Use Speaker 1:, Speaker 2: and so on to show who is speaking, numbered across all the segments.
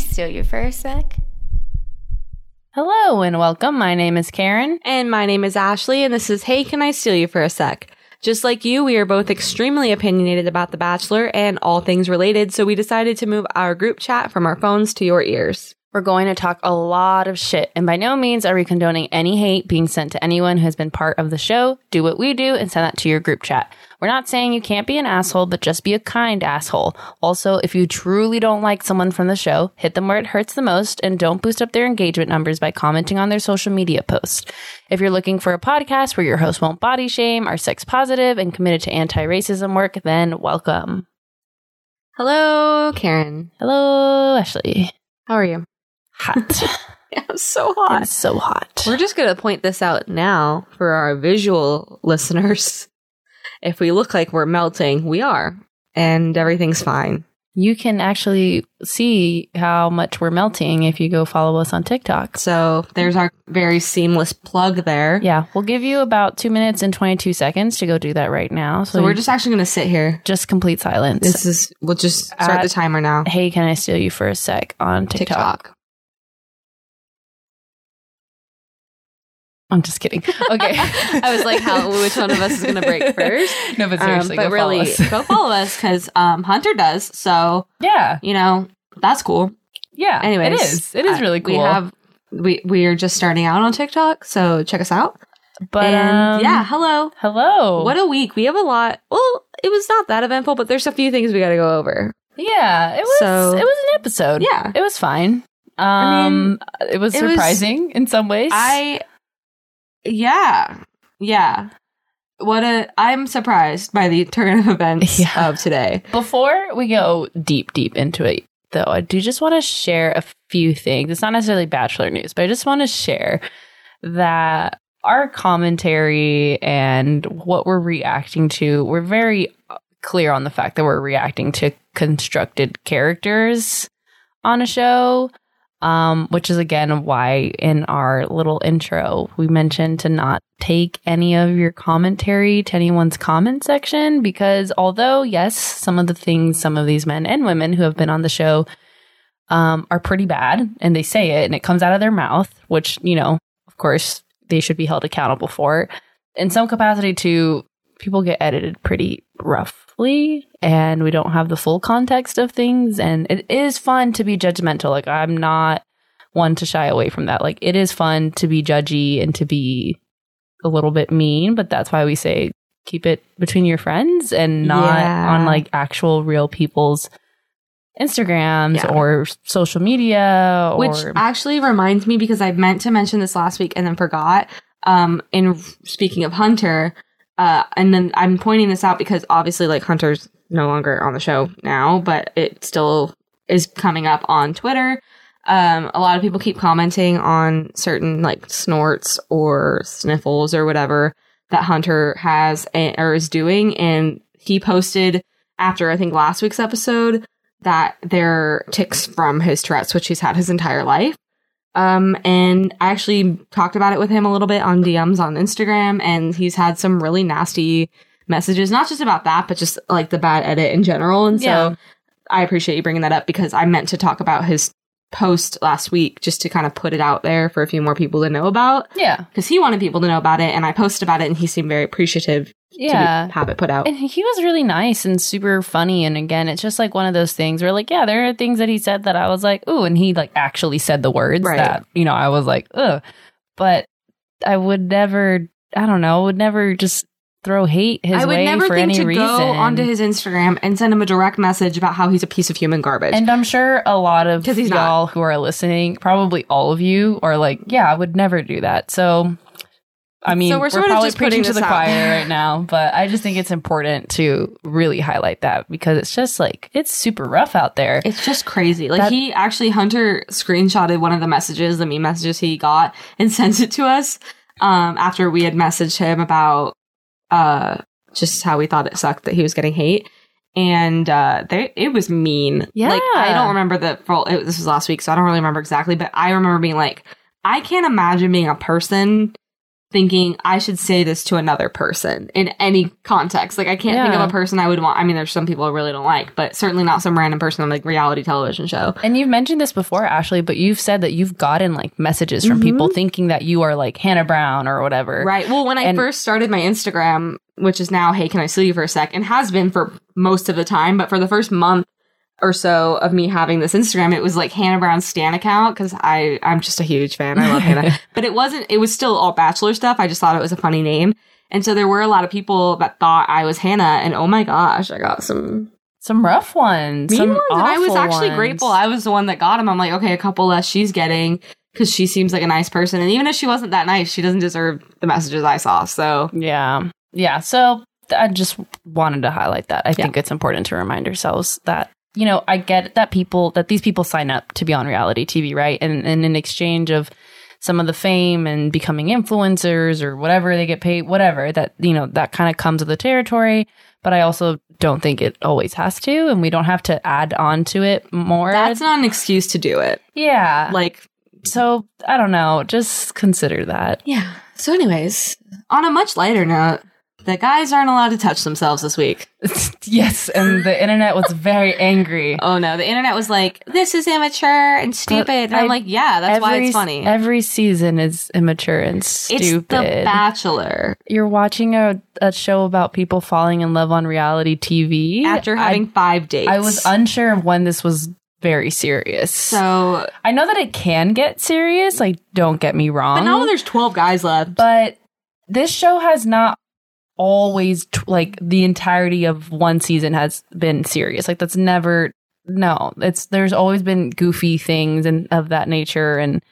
Speaker 1: steal you for a sec?
Speaker 2: Hello and welcome. My name is Karen.
Speaker 3: And my name is Ashley, and this is Hey, Can I Steal You for a Sec? Just like you, we are both extremely opinionated about The Bachelor and all things related, so we decided to move our group chat from our phones to your ears.
Speaker 2: We're going to talk a lot of shit, and by no means are we condoning any hate being sent to anyone who has been part of the show. Do what we do and send that to your group chat. We're not saying you can't be an asshole, but just be a kind asshole. Also, if you truly don't like someone from the show, hit them where it hurts the most and don't boost up their engagement numbers by commenting on their social media posts. If you're looking for a podcast where your host won't body shame, are sex positive, and committed to anti racism work, then welcome.
Speaker 3: Hello, Karen.
Speaker 2: Hello, Ashley.
Speaker 3: How are you?
Speaker 2: Hot.
Speaker 3: I'm so
Speaker 2: I'm so hot.
Speaker 3: We're just going to point this out now for our visual listeners. If we look like we're melting, we are, and everything's fine.
Speaker 2: you can actually see how much we're melting if you go follow us on TikTok.
Speaker 3: So there's our very seamless plug there.
Speaker 2: Yeah, we'll give you about two minutes and 22 seconds to go do that right now. So,
Speaker 3: So we're just actually going to sit here.
Speaker 2: just complete silence.
Speaker 3: This is, we'll just start
Speaker 2: At
Speaker 3: the timer now.
Speaker 2: hey, can I steal you for a sec on TikTok?
Speaker 3: TikTok.
Speaker 2: I'm just kidding. Okay.
Speaker 3: I was like, how- which one of us is gonna break first?
Speaker 2: No, but
Speaker 3: Um,
Speaker 2: seriously,
Speaker 3: but
Speaker 2: go follow
Speaker 3: really,
Speaker 2: us.
Speaker 3: go follow us because um, Hunter does. So,
Speaker 2: Yeah.
Speaker 3: you know, that's cool.
Speaker 2: Yeah.
Speaker 3: Anyways,
Speaker 2: it is. It is
Speaker 3: uh,
Speaker 2: really cool.
Speaker 3: We have, we, we are just starting out on TikTok. So check us out.
Speaker 2: but
Speaker 3: and
Speaker 2: um,
Speaker 3: yeah, hello.
Speaker 2: Hello.
Speaker 3: What a week. We have a lot. Well, it was not that eventful, but there's a few things we got to go over.
Speaker 2: yeah. It was.
Speaker 3: So-
Speaker 2: it was an episode.
Speaker 3: Yeah.
Speaker 2: It was fine. Um,
Speaker 3: I mean,
Speaker 2: it was
Speaker 3: it was-
Speaker 2: surprising in some ways.
Speaker 3: I, yeah, yeah. What a, I'm surprised by the turn of events
Speaker 2: Yeah.
Speaker 3: of today.
Speaker 2: Before we go deep, deep into it, though, I do just want to share a few things. It's not necessarily Bachelor news, but I just want to share that our commentary and what we're reacting to, we're very uh, clear on the fact that we're reacting to constructed characters on a show. Um, which is again why in our little intro we mentioned to not take any of your commentary to anyone's comment section because although yes, some of the things some of these men and women who have been on the show um, are pretty bad, and they say it and it comes out of their mouth, which you know, of course, they should be held accountable for in some capacity. To people get edited pretty roughly, and we don't have the full context of things, and it is fun to be judgmental. Like I'm not one to shy away from that. Like it is fun to be judgy and to be a little bit mean, but that's why we say keep it between your friends and not
Speaker 3: Yeah.
Speaker 2: on like actual real people's Instagrams
Speaker 3: Yeah.
Speaker 2: or social media or
Speaker 3: Which actually reminds me because I meant to mention this last week and then forgot. Um, in speaking of Hunter, uh, and then I'm pointing this out because obviously, like Hunter's no longer on the show now, but it still is coming up on Twitter. Um, a lot of people keep commenting on certain like snorts or sniffles or whatever that Hunter has and, or is doing, and he posted after I think last week's episode that they're ticks from his Tourette's, which he's had his entire life. Um, and I actually talked about it with him a little bit on DMs on Instagram, and he's had some really nasty messages, not just about that, but just like the bad edit in general. And
Speaker 2: Yeah.
Speaker 3: so I appreciate you bringing that up because I meant to talk about his post last week just to kind of put it out there for a few more people to know about
Speaker 2: yeah,
Speaker 3: because he wanted people to know about it, and I posted about it, and he seemed very appreciative
Speaker 2: yeah.
Speaker 3: to have it put out.
Speaker 2: And he was really nice and super funny. And again, it's just like one of those things where, like, yeah, there are things that he said that I was like, ooh, and he like actually said the words
Speaker 3: Right.
Speaker 2: that you know I was like, ugh. But I would never, I don't know, would never just throw hate his
Speaker 3: I would
Speaker 2: way
Speaker 3: never
Speaker 2: for
Speaker 3: think
Speaker 2: any
Speaker 3: to
Speaker 2: reason.
Speaker 3: go onto his Instagram and send him a direct message about how he's a piece of human garbage.
Speaker 2: And I'm sure a lot of
Speaker 3: 'Cause he's not.
Speaker 2: y'all who are listening, probably all of you, are like, "Yeah, I would never do that." So, I mean,
Speaker 3: So we're
Speaker 2: we're,
Speaker 3: sort of
Speaker 2: probably
Speaker 3: just
Speaker 2: preaching
Speaker 3: putting
Speaker 2: to the
Speaker 3: this out
Speaker 2: choir
Speaker 3: there.
Speaker 2: right now, but I just think it's important to really highlight that because it's just like it's super rough out there.
Speaker 3: it's just crazy. Like
Speaker 2: That-
Speaker 3: he actually Hunter screenshotted one of the messages, the meme messages he got, and sent it to us um, after we had messaged him about uh, just how we thought it sucked that he was getting hate. And uh, they, it was mean. Like I
Speaker 2: Yeah.
Speaker 3: don't remember the full. It, this was last week, so I don't really remember exactly. But I remember being like, I can't imagine being a person thinking I should say this to another person in any context. Like I can't think
Speaker 2: Yeah.
Speaker 3: of a person I would want. I mean, there's some people I really don't like, but certainly not some random person on like reality television show.
Speaker 2: And you've mentioned this before, Ashley, but you've said that you've gotten like messages from people thinking that you are like Hannah Brown or whatever.
Speaker 3: Mm-hmm. Right. Well, when I
Speaker 2: And-
Speaker 3: first started my Instagram, which is now, hey, can I see you for a sec? And has been for most of the time, but for the first month or so of me having this Instagram, it was like Hannah Brown's Stan account because I I'm just a huge fan. I love Hannah, but it wasn't. It was still all Bachelor stuff. I just thought it was a funny name, and so there were a lot of people that thought I was Hannah. And oh my gosh, I got some
Speaker 2: Some rough ones.
Speaker 3: mean
Speaker 2: some
Speaker 3: ones, and I was
Speaker 2: awful
Speaker 3: actually
Speaker 2: ones.
Speaker 3: grateful. I was the one that got him. I'm like, okay, a couple less she's getting. Because she seems like a nice person. And even if she wasn't that nice, she doesn't deserve the messages I saw. So
Speaker 2: yeah. Yeah. So th- I just wanted to highlight that. I
Speaker 3: Yeah.
Speaker 2: think it's important to remind ourselves that, you know, I get that people, that these people sign up to be on reality TV, right? And, and in exchange of some of the fame and becoming influencers or whatever they get paid, whatever, that, you know, that kind of comes with the territory. But I also don't think it always has to. And we don't have to add on to it more.
Speaker 3: That's not an excuse to do it.
Speaker 2: yeah.
Speaker 3: Like,
Speaker 2: so I don't know. Just consider that.
Speaker 3: yeah. So, anyways, on a much lighter note, the guys aren't allowed to touch themselves this week.
Speaker 2: yes. And the internet was very angry.
Speaker 3: Oh no, the internet was like, "This is immature and stupid," and
Speaker 2: Uh, I-
Speaker 3: I'm like, "Yeah, that's why it's funny."
Speaker 2: Every season is immature and
Speaker 3: it's The
Speaker 2: stupid.
Speaker 3: Bachelor.
Speaker 2: You're watching a, a show about people falling in love on reality TV.
Speaker 3: After having five dates,
Speaker 2: I, I was unsure of when this was very serious.
Speaker 3: so.
Speaker 2: I know that it can get serious. Like, don't get me wrong.
Speaker 3: But now there's twelve guys left.
Speaker 2: but this show has not always t- like the entirety of one season has been serious like that's never no it's there's always been goofy things and of that nature and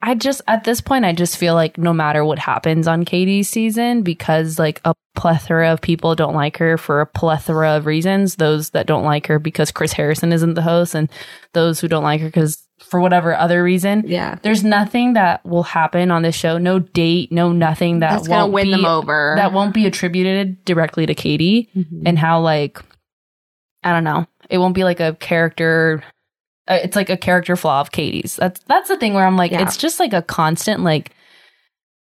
Speaker 2: i just at this point i just feel like no matter what happens on katie's season because like a plethora of people don't like her for a plethora of reasons those that don't like her because chris harrison isn't the host and those who don't like her because for whatever other reason
Speaker 3: yeah,
Speaker 2: there's nothing that will happen on this show. No date, no nothing that
Speaker 3: that's gonna
Speaker 2: won't
Speaker 3: win
Speaker 2: be,
Speaker 3: them over.
Speaker 2: That won't be attributed directly to Katie
Speaker 3: Mhm.
Speaker 2: and how like I don't know. It won't be like a character. uh, It's like a character flaw of Katie's. That's that's the thing where I'm like,
Speaker 3: Yeah.
Speaker 2: it's just like a constant like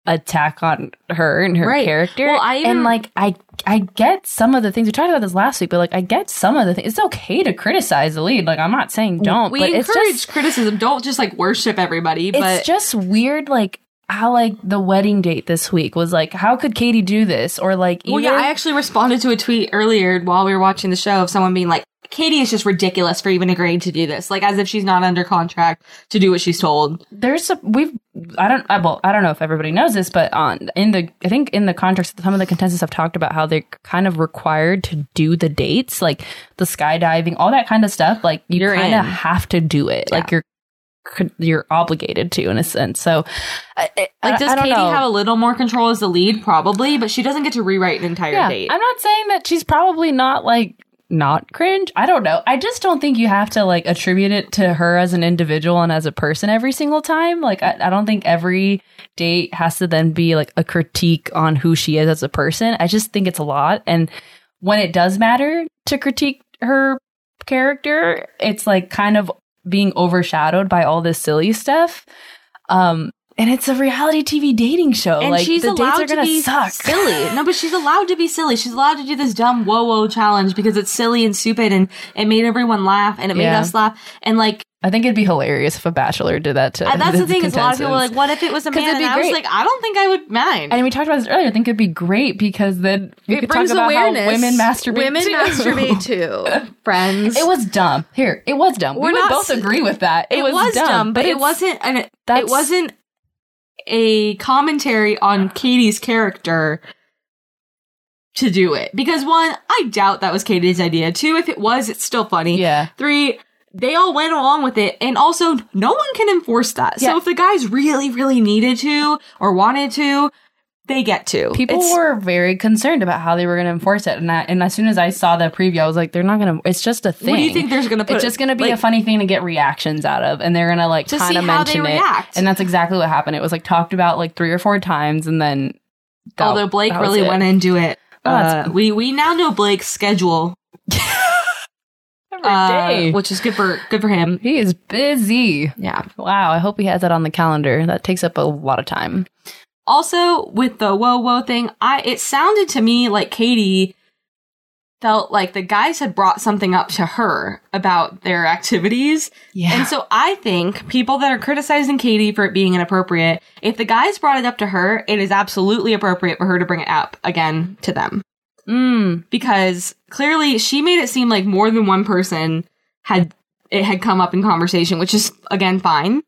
Speaker 2: attack on her and her
Speaker 3: Right.
Speaker 2: character.
Speaker 3: Well, I even-
Speaker 2: and like I I get some of the things we talked about this last week, but like I get some of the things. It's okay to criticize the lead. Like I'm not saying don't.
Speaker 3: we
Speaker 2: but
Speaker 3: encourage
Speaker 2: it's just,
Speaker 3: criticism. Don't just like worship everybody. But
Speaker 2: it's just weird like how like the wedding date this week was like how could katie do this or like
Speaker 3: Well, yeah,
Speaker 2: even-
Speaker 3: I actually responded to a tweet earlier while we were watching the show of someone being like, Katie is just ridiculous for even agreeing to do this. Like, as if she's not under contract to do what she's told.
Speaker 2: there's a we've i don't I, well i don't know if everybody knows this but on in the i think in the contracts some of the contestants have talked about how they're kind of required to do the dates like the skydiving all that kind of stuff like you
Speaker 3: You're
Speaker 2: kind of
Speaker 3: in.
Speaker 2: have to do it
Speaker 3: Yeah.
Speaker 2: like you're you're obligated to in a sense so I, I-
Speaker 3: Like, does
Speaker 2: I don't
Speaker 3: Katie
Speaker 2: know.
Speaker 3: have a little more control as the lead? Probably, but she doesn't get to rewrite an entire date.
Speaker 2: I'm not saying that she's probably not like not cringe. I don't know. I just don't think you have to like attribute it to her as an individual and as a person every single time. Like I, I don't think every date has to then be like a critique on who she is as a person. I just think it's a lot. And when it does matter to critique her character, it's like kind of being overshadowed by all this silly stuff. Um and it's a reality TV dating show.
Speaker 3: and
Speaker 2: like
Speaker 3: she's
Speaker 2: the dates are
Speaker 3: allowed to
Speaker 2: gonna
Speaker 3: be
Speaker 2: suck.
Speaker 3: silly. No, but she's allowed to be silly. She's allowed to do this dumb whoa whoa challenge because it's silly and stupid, and it made everyone laugh, and it made
Speaker 2: Yeah.
Speaker 3: us laugh. And like,
Speaker 2: I think it'd be hilarious if a bachelor did that to.
Speaker 3: I- Uh, that's the thing is, a lot of people are like,
Speaker 2: contestants.
Speaker 3: "What if it was a
Speaker 2: 'Cause
Speaker 3: man?"
Speaker 2: it'd
Speaker 3: And
Speaker 2: be
Speaker 3: I was
Speaker 2: great.
Speaker 3: like, "I don't think I would mind."
Speaker 2: And we talked about this earlier. I think it'd be great because then we
Speaker 3: it
Speaker 2: could
Speaker 3: brings
Speaker 2: talk about
Speaker 3: awareness.
Speaker 2: how women masturbate.
Speaker 3: Women
Speaker 2: too.
Speaker 3: masturbate too, friends.
Speaker 2: It was dumb. Here, it was dumb.
Speaker 3: We're
Speaker 2: we would
Speaker 3: not
Speaker 2: both
Speaker 3: s-
Speaker 2: agree with that. It,
Speaker 3: It dumb, but it
Speaker 2: it's-
Speaker 3: wasn't. An, it
Speaker 2: that's-
Speaker 3: wasn't a commentary on Katie's character to do it because one, I doubt that was Katie's idea. Two, if it was, it's still funny.
Speaker 2: Yeah.
Speaker 3: Three. They all went along with it, and also no one can enforce that.
Speaker 2: Yeah.
Speaker 3: So if the guys really, really needed to or wanted to, they get to.
Speaker 2: People
Speaker 3: It's-
Speaker 2: were very concerned about how they were going to enforce it, and I, and as soon as I saw the preview, I was like, they're not going to. It's just a thing.
Speaker 3: What do you think there's going to put?
Speaker 2: It's just going to be
Speaker 3: like,
Speaker 2: a funny thing to get reactions out of, and they're going to like
Speaker 3: To
Speaker 2: kind
Speaker 3: see
Speaker 2: of
Speaker 3: how they
Speaker 2: mention it.
Speaker 3: react.
Speaker 2: And that's exactly what happened. It was like talked about like three or four times, and then that-
Speaker 3: Although Blake
Speaker 2: Oh, that was
Speaker 3: really
Speaker 2: it.
Speaker 3: went into it.
Speaker 2: Oh,
Speaker 3: Uh,
Speaker 2: that's-
Speaker 3: we we now know Blake's schedule,
Speaker 2: every
Speaker 3: uh,
Speaker 2: day.
Speaker 3: which is good for good for him.
Speaker 2: He is busy.
Speaker 3: Yeah,
Speaker 2: Wow, I hope he has that on the calendar. That takes up a lot of time.
Speaker 3: Also, with the whoa whoa thing, I it sounded to me like Katie felt like the guys had brought something up to her about their activities.
Speaker 2: Yeah.
Speaker 3: And so I think people that are criticizing Katie for it being inappropriate, if the guys brought it up to her, it is absolutely appropriate for her to bring it up again to them.
Speaker 2: mm,
Speaker 3: Because clearly she made it seem like more than one person had it had come up in conversation, which is again fine.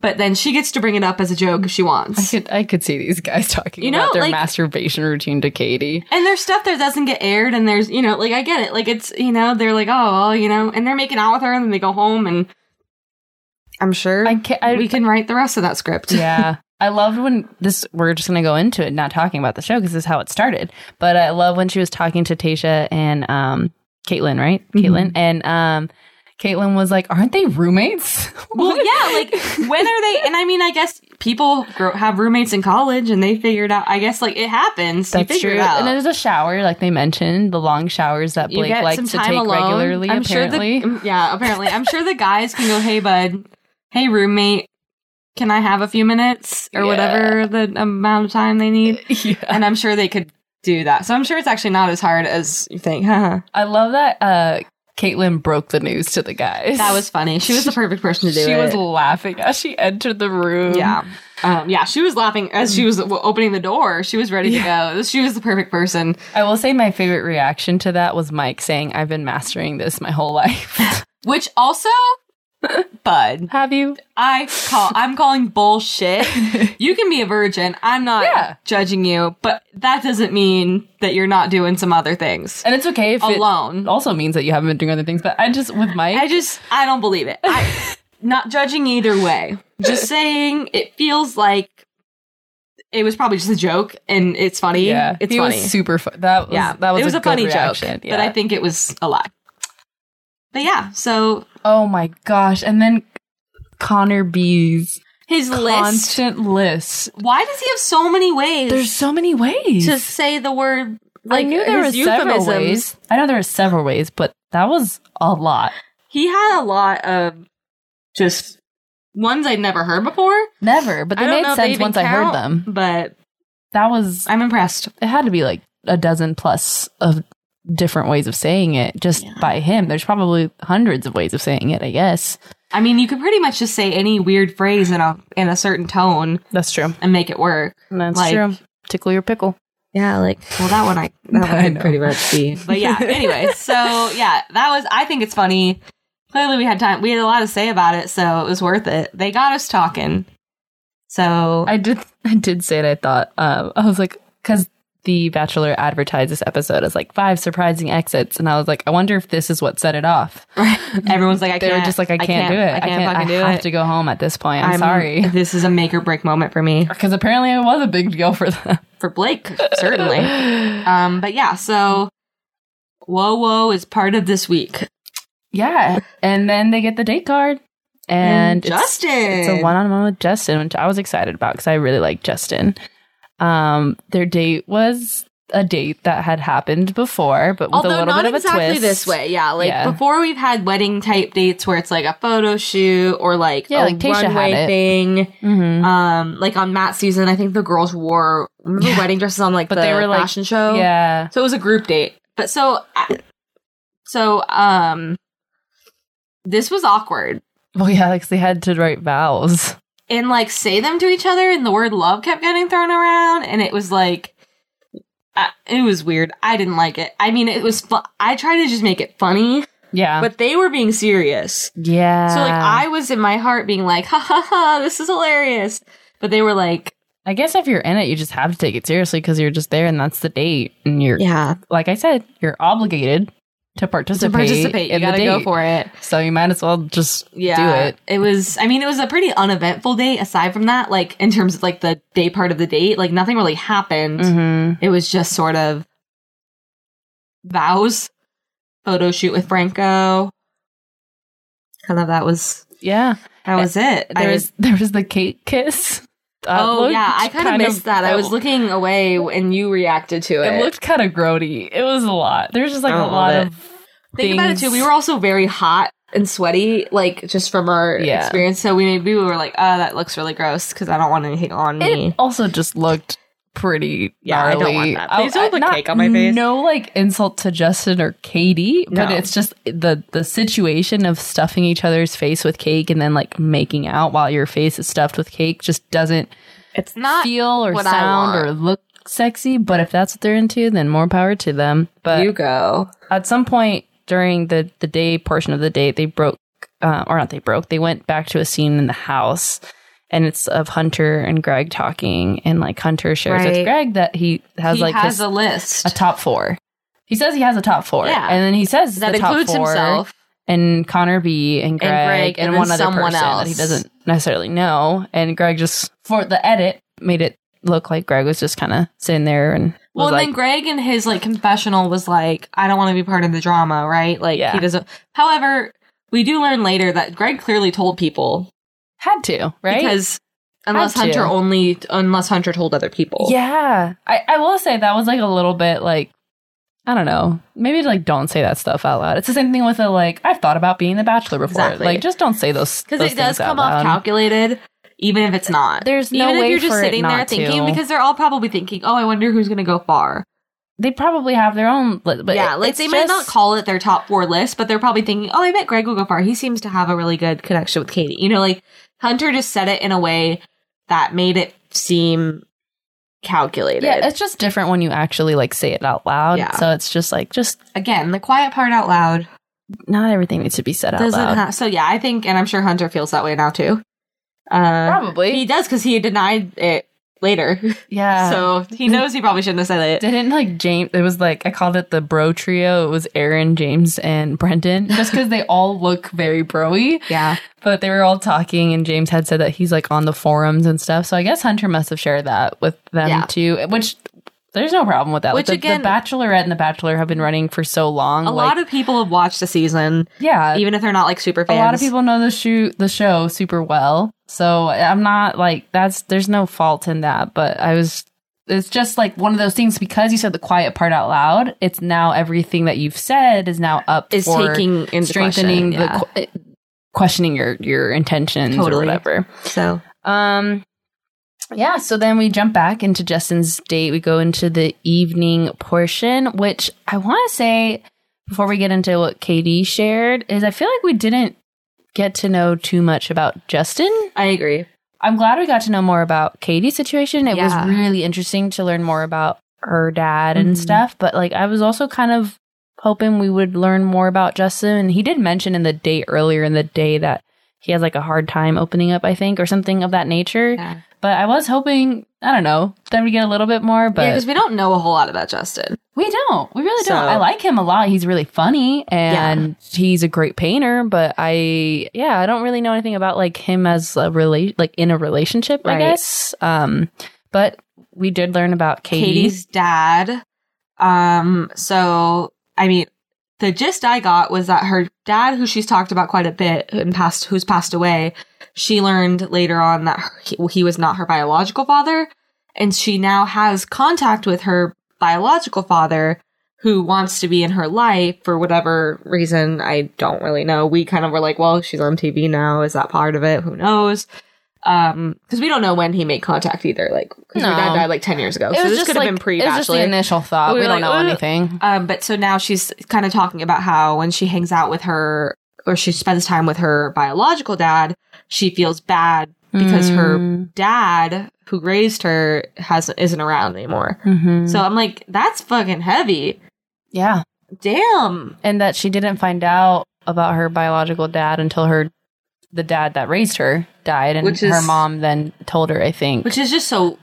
Speaker 3: But then she gets to bring it up as a joke if she wants.
Speaker 2: I could I could see these guys talking
Speaker 3: You know,
Speaker 2: about their
Speaker 3: like-
Speaker 2: masturbation routine to Katie.
Speaker 3: And there's stuff that doesn't get aired, and there's, you know, like I get it. Like it's, you know, they're like, oh, well, you know, and they're making out with her, and then they go home, and I'm sure
Speaker 2: I can I,
Speaker 3: we can write the rest of that script.
Speaker 2: yeah. I loved when this, we're just going to go into it, not talking about the show because this is how it started. But I love when she was talking to Tasha and um, Caitlin, right?
Speaker 3: Mhm.
Speaker 2: Caitlin. And um, Caitlin was like, Aren't they roommates?
Speaker 3: Well,
Speaker 2: What?
Speaker 3: yeah, like when are they? And I mean, I guess people grow, have roommates in college, and they figured out. I guess like it happens. you
Speaker 2: That's
Speaker 3: figure
Speaker 2: true.
Speaker 3: It out.
Speaker 2: And there's a shower, like they mentioned, the long showers that
Speaker 3: you
Speaker 2: Blake
Speaker 3: get some
Speaker 2: likes to
Speaker 3: time
Speaker 2: take
Speaker 3: alone.
Speaker 2: regularly,
Speaker 3: I'm
Speaker 2: apparently.
Speaker 3: Sure the, mm, yeah, apparently. I'm sure the guys can go, hey, bud, hey, roommate, can I have a few minutes or
Speaker 2: Yeah. Eh.
Speaker 3: whatever the amount of time they need?
Speaker 2: yeah.
Speaker 3: and I'm sure they could do that. So I'm sure it's actually not as hard as you think. Haha.
Speaker 2: I love that uh, Caitlin broke the news to the guys.
Speaker 3: that was funny. She was the perfect person to do
Speaker 2: she
Speaker 3: it.
Speaker 2: was laughing as she entered the room.
Speaker 3: yeah. Um, yeah, she was laughing as she was w- opening the door. She was ready to go. She was the perfect person.
Speaker 2: I will say my favorite reaction to that was Mike saying, I've been mastering this my whole life.
Speaker 3: Which also, bud,
Speaker 2: Have you?
Speaker 3: I call. I'm calling bullshit. You can be a virgin. I'm not
Speaker 2: Yeah.
Speaker 3: judging you, but that doesn't mean that you're not doing some other things
Speaker 2: And it's okay if it
Speaker 3: alone.
Speaker 2: also means that you haven't been doing other things, but I just, with Mike,
Speaker 3: I just I don't believe it. I not judging either way. Just saying it feels like it was probably just a joke and it's funny.
Speaker 2: yeah,
Speaker 3: it's
Speaker 2: he
Speaker 3: funny.
Speaker 2: was super fun. That was,
Speaker 3: yeah,
Speaker 2: that was,
Speaker 3: it was a,
Speaker 2: good
Speaker 3: funny
Speaker 2: reaction.
Speaker 3: joke,
Speaker 2: Yeah.
Speaker 3: but I think it was a lie. But yeah, so
Speaker 2: oh my gosh. And then Connor B's
Speaker 3: his list.
Speaker 2: constant list.
Speaker 3: Why does he have so many ways
Speaker 2: There's so many ways.
Speaker 3: to say the word? Like
Speaker 2: I knew there were
Speaker 3: his
Speaker 2: several
Speaker 3: euphemisms?
Speaker 2: ways. I know there were several ways, but that was a lot.
Speaker 3: He had a lot of just ones I'd never heard before,
Speaker 2: Never, but
Speaker 3: I
Speaker 2: they
Speaker 3: don't
Speaker 2: made
Speaker 3: know if they
Speaker 2: sense
Speaker 3: even
Speaker 2: once I
Speaker 3: count.
Speaker 2: heard them.
Speaker 3: but
Speaker 2: That was
Speaker 3: I'm impressed.
Speaker 2: it had to be like a dozen plus of different ways of saying it just
Speaker 3: Yeah.
Speaker 2: by him. There's probably hundreds of ways of saying it, I guess.
Speaker 3: I mean, you could pretty much just say any weird phrase in a in a certain tone
Speaker 2: That's true.
Speaker 3: and make it work.
Speaker 2: That's
Speaker 3: Like-
Speaker 2: true. Tickle your pickle.
Speaker 3: Yeah, like well, that one I
Speaker 2: I
Speaker 3: that one could
Speaker 2: know.
Speaker 3: pretty much be. But yeah, anyway, so yeah, that was. I think it's funny. Clearly, we had time. We had a lot to say about it, so it was worth it. They got us talking. So
Speaker 2: I did I did say it, I thought. Um, I was like cuz the Bachelor advertised this episode as like five surprising exits, and I was like, I wonder if this is what set it off.
Speaker 3: everyone's like, I
Speaker 2: they
Speaker 3: can't.
Speaker 2: were just like, I can't, do it.
Speaker 3: I can't, fucking do
Speaker 2: I have
Speaker 3: it.
Speaker 2: to go home at this point. I'm,
Speaker 3: I'm-
Speaker 2: sorry.
Speaker 3: This is a make or break moment for me
Speaker 2: Because apparently it was a big deal for them.
Speaker 3: for Blake, certainly. um, but yeah, so whoa, whoa is part of this week.
Speaker 2: Yeah. And then they get the date card. And, it's-
Speaker 3: Justin,
Speaker 2: It's a one on one with Justin, which I was excited about because I really like Justin. Um, their date was a date that had happened before, but with
Speaker 3: Although
Speaker 2: a little
Speaker 3: not
Speaker 2: bit of
Speaker 3: exactly
Speaker 2: a twist.
Speaker 3: this way, yeah. Like
Speaker 2: Yeah.
Speaker 3: before, we've had wedding type dates where it's like a photo shoot or like
Speaker 2: Yeah,
Speaker 3: a
Speaker 2: like Tayshia had
Speaker 3: runway
Speaker 2: it.
Speaker 3: thing.
Speaker 2: Mhm.
Speaker 3: Um, like on Matt's season, I think the girls wore remember
Speaker 2: Yeah.
Speaker 3: wedding dresses on like
Speaker 2: But
Speaker 3: the
Speaker 2: they were, like-
Speaker 3: fashion show.
Speaker 2: Yeah,
Speaker 3: So it was a group date, but so I- so um, this was awkward
Speaker 2: well, yeah, like 'cause they had to write vows.
Speaker 3: and like say them to each other, and the word love kept getting thrown around, and it was like. I, it was weird. I didn't like it. I mean, it was. Fu- I tried to just make it funny,
Speaker 2: Yeah,
Speaker 3: but they were being serious.
Speaker 2: yeah.
Speaker 3: So like I was in my heart being like, ha ha ha, this is hilarious. But they were like,
Speaker 2: I guess if you're in it, you just have to take it seriously because you're just there and that's the date, and you're
Speaker 3: yeah,
Speaker 2: like I said, you're obligated to
Speaker 3: to
Speaker 2: participate.
Speaker 3: participate, you
Speaker 2: in the
Speaker 3: gotta
Speaker 2: date.
Speaker 3: go for it.
Speaker 2: So you might as well just
Speaker 3: Yeah,
Speaker 2: do it.
Speaker 3: was. I mean, it was a pretty uneventful day. Aside from that, like in terms of like the day part of the date, like nothing really happened.
Speaker 2: Mm-hmm.
Speaker 3: It was just sort of vows, photo shoot with Franco. Kind of that was
Speaker 2: Yeah.
Speaker 3: that was it. I-
Speaker 2: There was there was the cake kiss. That
Speaker 3: oh
Speaker 2: looked
Speaker 3: yeah, I kind of missed that. I was
Speaker 2: looked
Speaker 3: looking away and you reacted to it.
Speaker 2: It looked kind of grody. It was a lot. There's just like
Speaker 3: I
Speaker 2: a
Speaker 3: don't
Speaker 2: lot
Speaker 3: love
Speaker 2: of
Speaker 3: Think about it
Speaker 2: things.
Speaker 3: too. We were also very hot and sweaty, like just from our
Speaker 2: Yeah.
Speaker 3: experience. So we maybe we were like, oh, that looks really gross because I don't want anything on me.
Speaker 2: It also just looked pretty
Speaker 3: Yeah, I don't
Speaker 2: gnarly.
Speaker 3: want that.
Speaker 2: I-
Speaker 1: Please don't
Speaker 2: I-
Speaker 1: put
Speaker 2: not-
Speaker 1: cake on my face.
Speaker 2: No, like insult to Justin or Katie, but
Speaker 3: No.
Speaker 2: it's just the the situation of stuffing each other's face with cake and then like making out while your face is stuffed with cake just doesn't
Speaker 3: It's not
Speaker 2: feel or
Speaker 3: what I
Speaker 2: sound
Speaker 3: want.
Speaker 2: or look sexy. But if that's what they're into, then more power to them. But
Speaker 3: you go.
Speaker 2: at some point during the the day portion of the date, they broke, uh, or not they broke. They went back to a scene in the house, and it's of Hunter and Greg talking, and like Hunter shares
Speaker 3: Right.
Speaker 2: with Greg that he has
Speaker 3: he
Speaker 2: like
Speaker 3: has
Speaker 2: his,
Speaker 3: a
Speaker 2: a,
Speaker 3: list
Speaker 2: top four. He says he has a top four,
Speaker 3: Yeah.
Speaker 2: and then he says
Speaker 3: that
Speaker 2: the top
Speaker 3: includes
Speaker 2: four
Speaker 3: himself.
Speaker 2: and Connor B and Greg and,
Speaker 3: Greg, and then
Speaker 2: one other
Speaker 3: someone
Speaker 2: person that he
Speaker 3: else.
Speaker 2: doesn't necessarily know, and Greg just for the edit made it look like Greg was just kind of sitting there and was
Speaker 3: Well, and
Speaker 2: like,
Speaker 3: then Greg in his like confessional was like, I don't want to be part of the drama, right? Like
Speaker 2: Yeah.
Speaker 3: he doesn't. However, we do learn later that Greg clearly told people
Speaker 2: had to right
Speaker 3: because unless
Speaker 2: Had to.
Speaker 3: Hunter only unless Hunter told other people,
Speaker 2: Yeah. I, I will say that was like a little bit like, I don't know. Maybe like don't say that stuff out loud. It's the same thing with a like, I've thought about being the bachelor before.
Speaker 3: Exactly.
Speaker 2: Like just don't say those
Speaker 3: because
Speaker 2: those
Speaker 3: it does
Speaker 2: things out
Speaker 3: come off
Speaker 2: loud.
Speaker 3: calculated, even if it's not.
Speaker 2: There's no
Speaker 3: even
Speaker 2: way
Speaker 3: if you're just
Speaker 2: for it
Speaker 3: sitting there
Speaker 2: not
Speaker 3: thinking,
Speaker 2: to.
Speaker 3: because they're all probably thinking, "Oh, I wonder who's going to go far."
Speaker 2: they probably have their own. li- But
Speaker 3: yeah,
Speaker 2: it-
Speaker 3: like
Speaker 2: it's
Speaker 3: they might not
Speaker 2: just-
Speaker 3: call it their top four list, but they're probably thinking, "Oh, I bet Greg will go far. He seems to have a really good connection with Katie." You know, like Hunter just said it in a way that made it seem calculated.
Speaker 2: Yeah, it's just different when you actually like say it out loud.
Speaker 3: Yeah.
Speaker 2: So it's just like just
Speaker 3: Again, the quiet part out loud
Speaker 2: not everything needs to be said out
Speaker 3: doesn't.
Speaker 2: loud.
Speaker 3: Ha- so yeah, I think, and I'm sure Hunter feels that way now too. Uh,
Speaker 2: probably.
Speaker 3: he does because he denied it later,
Speaker 2: yeah.
Speaker 3: so he knows he probably shouldn't have said it.
Speaker 2: Didn't like James. It was like I called it the bro trio. It was Aaron, James, and Brendan, just because they all look very broy.
Speaker 3: Yeah,
Speaker 2: But they were all talking, and James had said that he's like on the forums and stuff. So I guess Hunter must have shared that with them
Speaker 3: Yeah.
Speaker 2: too. Which there's no problem with that.
Speaker 3: Which
Speaker 2: like, the,
Speaker 3: again-
Speaker 2: the Bachelorette and the Bachelor have been running for so long.
Speaker 3: a lot of people have watched the season,
Speaker 2: yeah,
Speaker 3: even if they're not like super
Speaker 2: a
Speaker 3: fans.
Speaker 2: lot of people know the shoot the show super well. So I'm not like that's there's no fault in that. But I was. It's just like one of those things because you said the quiet part out loud. It's now everything that you've said is now up
Speaker 3: is
Speaker 2: for
Speaker 3: taking into
Speaker 2: strengthening
Speaker 3: question, yeah.
Speaker 2: the qu- questioning your your intentions
Speaker 3: Totally.
Speaker 2: or whatever.
Speaker 3: so
Speaker 2: Um yeah, so then we jump back into Justin's date. We go into the evening portion, which I want to say before we get into what Katie shared is I feel like we didn't get to know too much about Justin.
Speaker 3: I agree.
Speaker 2: I'm glad we got to know more about Katie's situation. It
Speaker 3: Yeah.
Speaker 2: was really interesting to learn more about her dad and
Speaker 3: Mhm.
Speaker 2: stuff, but like I was also kind of hoping we would learn more about Justin. And he did mention in the day earlier in the day that he has like a hard time opening up, I think, or something of that nature.
Speaker 3: Yeah,
Speaker 2: But I was hoping, I don't know, that we get a little bit more, but
Speaker 3: because we don't know a whole lot about Justin.
Speaker 2: we don't. We really don't.
Speaker 3: So-
Speaker 2: I like him a lot. He's really funny and he's a great painter, but I yeah, I don't really know anything about like him as a relate like in a relationship, I
Speaker 3: Right.
Speaker 2: guess. Um but we did learn about Katie.
Speaker 3: Katie's dad. Um, so I mean, the gist I got was that her dad, who she's talked about quite a bit and passed, who's passed away, she learned later on that her- he, he was not her biological father, and she now has contact with her biological father. Who wants to be in her life for whatever reason? I don't really know. We kind of were like, well, she's on TV now. Is that part of it? Who knows? Um, because we don't know when he made contact either. Like, 'cause her
Speaker 2: No.
Speaker 3: dad died like ten years ago, so this could have been
Speaker 2: it was just
Speaker 3: pre-bachelor.
Speaker 2: the initial thought.
Speaker 3: We
Speaker 2: We,
Speaker 3: were
Speaker 2: don't
Speaker 3: like,
Speaker 2: know
Speaker 3: "Ugh."
Speaker 2: anything.
Speaker 3: Um, but so now she's kind of talking about how when she hangs out with her or she spends time with her biological dad, she feels bad because her dad who raised her has isn't around anymore.
Speaker 2: Mhm.
Speaker 3: So I'm like, that's fucking heavy.
Speaker 2: yeah,
Speaker 3: Damn.
Speaker 2: and that she didn't find out about her biological dad until her the dad that raised her died and
Speaker 3: Which
Speaker 2: her
Speaker 3: is-
Speaker 2: mom then told her, I think.
Speaker 3: Which is just so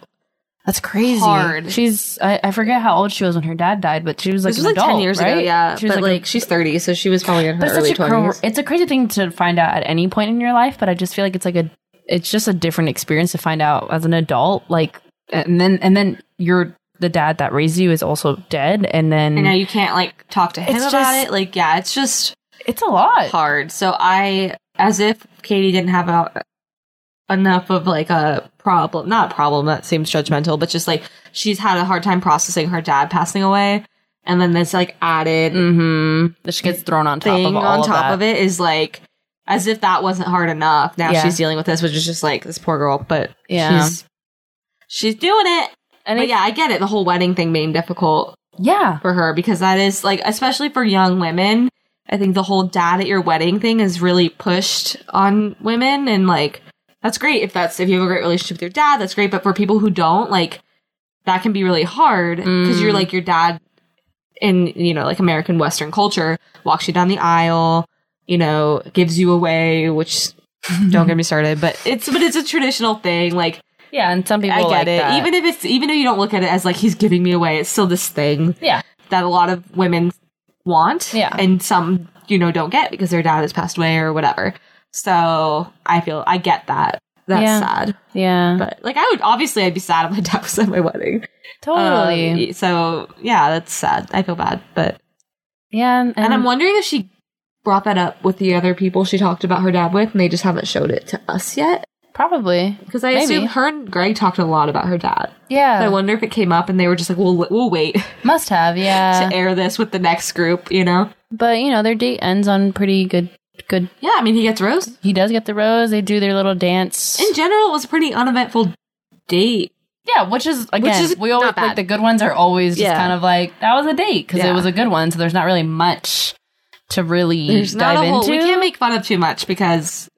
Speaker 2: That's crazy.
Speaker 3: hard.
Speaker 2: She's I, I forget how old she was when her dad died, but she was like
Speaker 3: this was
Speaker 2: an
Speaker 3: like
Speaker 2: adult,
Speaker 3: ten years
Speaker 2: right?
Speaker 3: ago, yeah.
Speaker 2: She was
Speaker 3: but like,
Speaker 2: like,
Speaker 3: she's thirty, so she was probably in her
Speaker 2: but it's
Speaker 3: early
Speaker 2: such a cra-
Speaker 3: twenties.
Speaker 2: it's a crazy thing to find out at any point in your life. But I just feel like it's like a it's just a different experience to find out as an adult. Like and then and then you're the dad that raised you is also dead, and then
Speaker 3: And now you can't like talk to him
Speaker 2: It's
Speaker 3: about
Speaker 2: just-
Speaker 3: it. Like, yeah, it's just
Speaker 2: it's a lot.
Speaker 3: hard. So I, as if Katie didn't have a, enough of like a problem, not a problem that seems judgmental, but just like she's had a hard time processing her dad passing away. and then this like added
Speaker 2: Mm-hmm. This gets thrown on top
Speaker 3: thing
Speaker 2: of all
Speaker 3: on
Speaker 2: of
Speaker 3: top
Speaker 2: that.
Speaker 3: of it is like as if that wasn't hard enough. Now
Speaker 2: Yeah.
Speaker 3: she's dealing with this, which is just like this poor girl, but
Speaker 2: Yeah.
Speaker 3: she's she's doing it.
Speaker 2: And
Speaker 3: but
Speaker 2: it-
Speaker 3: yeah, I get it. The whole wedding thing being difficult
Speaker 2: yeah,
Speaker 3: for her because that is like especially for young women. I think the whole dad at your wedding thing is really pushed on women and like that's great if that's if you have a great relationship with your dad, that's great, but for people who don't, like that can be really hard because you're
Speaker 2: Mm.
Speaker 3: like your dad in you know like American Western culture walks you down the aisle, you know, gives you away, which
Speaker 2: Mm-hmm.
Speaker 3: don't get me started, but it's but it's a traditional thing like
Speaker 2: yeah. And some people
Speaker 3: I get
Speaker 2: like
Speaker 3: it.
Speaker 2: that.
Speaker 3: Even if it's even if you don't look at it as like he's giving me away, it's still this thing.
Speaker 2: Yeah.
Speaker 3: That a lot of women want.
Speaker 2: Yeah.
Speaker 3: And some, you know, don't get because their dad has passed away or whatever. So I feel I get that. That's
Speaker 2: Yeah.
Speaker 3: sad.
Speaker 2: yeah,
Speaker 3: But like I would obviously I'd be sad if my dad was at my wedding.
Speaker 2: totally.
Speaker 3: Um, so yeah, that's sad. I feel bad. But
Speaker 2: yeah, and,
Speaker 3: and I'm wondering if she brought that up with the other people she talked about her dad with and they just haven't showed it to us yet.
Speaker 2: probably
Speaker 3: Because I
Speaker 2: Maybe.
Speaker 3: assume her and Greg talked a lot about her dad.
Speaker 2: yeah.
Speaker 3: I wonder if it came up and they were just like, "We'll we'll wait
Speaker 2: Must have, yeah.
Speaker 3: to air this with the next group," you know?
Speaker 2: But you know, their date ends on pretty good. Good.
Speaker 3: Yeah, I mean, he gets rose.
Speaker 2: He does get the rose. They do their little dance.
Speaker 3: In general, it was a pretty uneventful date.
Speaker 2: yeah, which is again,
Speaker 3: is
Speaker 2: we always
Speaker 3: not bad.
Speaker 2: like the good ones are always just
Speaker 3: Yeah.
Speaker 2: kind of like that was a date because
Speaker 3: Yeah.
Speaker 2: it was a good one. So there's not really much to really
Speaker 3: There's
Speaker 2: dive
Speaker 3: not a whole.
Speaker 2: into.
Speaker 3: We can't make fun of too much because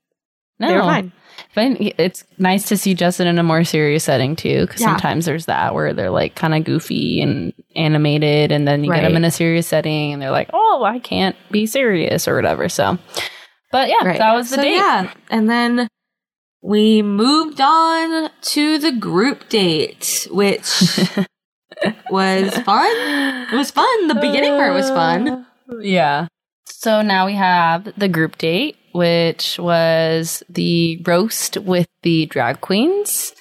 Speaker 2: no,
Speaker 3: they were fine.
Speaker 2: But it's nice to see Justin in a more serious setting too, because
Speaker 3: Yeah.
Speaker 2: sometimes there's that where they're like kind of goofy and animated, and then you get
Speaker 3: Right.
Speaker 2: them in a serious setting, and they're like, "Oh, I can't be serious" or whatever. So, but yeah, that was the
Speaker 3: so,
Speaker 2: date.
Speaker 3: Yeah, and then we moved on to the group date, which was fun. It was fun. The beginning part was fun.
Speaker 2: Uh, Yeah. So now we have the group date, which was the roast with the drag queens.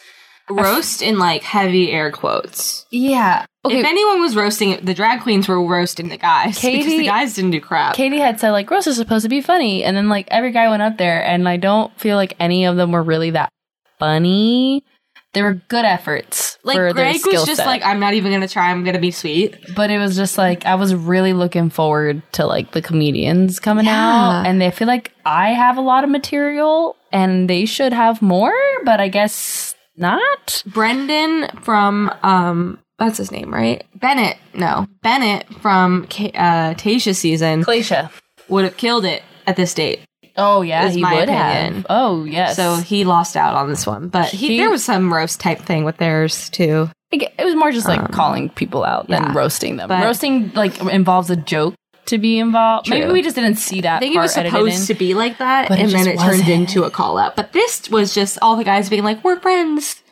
Speaker 3: Roast in like heavy air quotes.
Speaker 2: Yeah. Okay.
Speaker 3: If anyone was roasting, it, the drag queens were roasting the guys because
Speaker 2: Katie-
Speaker 3: the guys didn't do crap.
Speaker 2: Katie had said like roast is supposed to be funny, and then like every guy went up there, and I don't feel like any of them were really that funny. They were good efforts.
Speaker 3: like
Speaker 2: for their
Speaker 3: Greg was
Speaker 2: skill
Speaker 3: just
Speaker 2: set.
Speaker 3: like, I'm not even gonna try. I'm gonna be sweet.
Speaker 2: but it was just like I was really looking forward to like the comedians coming out,
Speaker 3: Yeah.
Speaker 2: and they feel like I have a lot of material, and they should have more, but I guess not.
Speaker 3: Brendan from um, that's his name, right? Bennett. No, Bennett from K- uh, Tasha season
Speaker 2: Glacia.
Speaker 3: would have killed it at this date.
Speaker 2: Oh yeah,
Speaker 3: Is
Speaker 2: he
Speaker 3: my
Speaker 2: would
Speaker 3: opinion.
Speaker 2: have. Oh yes.
Speaker 3: So he lost out on this one, but he,
Speaker 2: He-
Speaker 3: there was some roast type thing with theirs too.
Speaker 2: Like, It was more just like
Speaker 3: Um,
Speaker 2: calling people out than
Speaker 3: yeah.
Speaker 2: roasting them.
Speaker 3: But-
Speaker 2: roasting like involves a joke to be involved. Maybe
Speaker 3: True.
Speaker 2: we just didn't see that.
Speaker 3: I think it was
Speaker 2: part edited in.
Speaker 3: supposed to be like that,
Speaker 2: But it
Speaker 3: and then
Speaker 2: just
Speaker 3: it turned
Speaker 2: wasn't.
Speaker 3: into a call out. But this was just all the guys being like, "We're friends.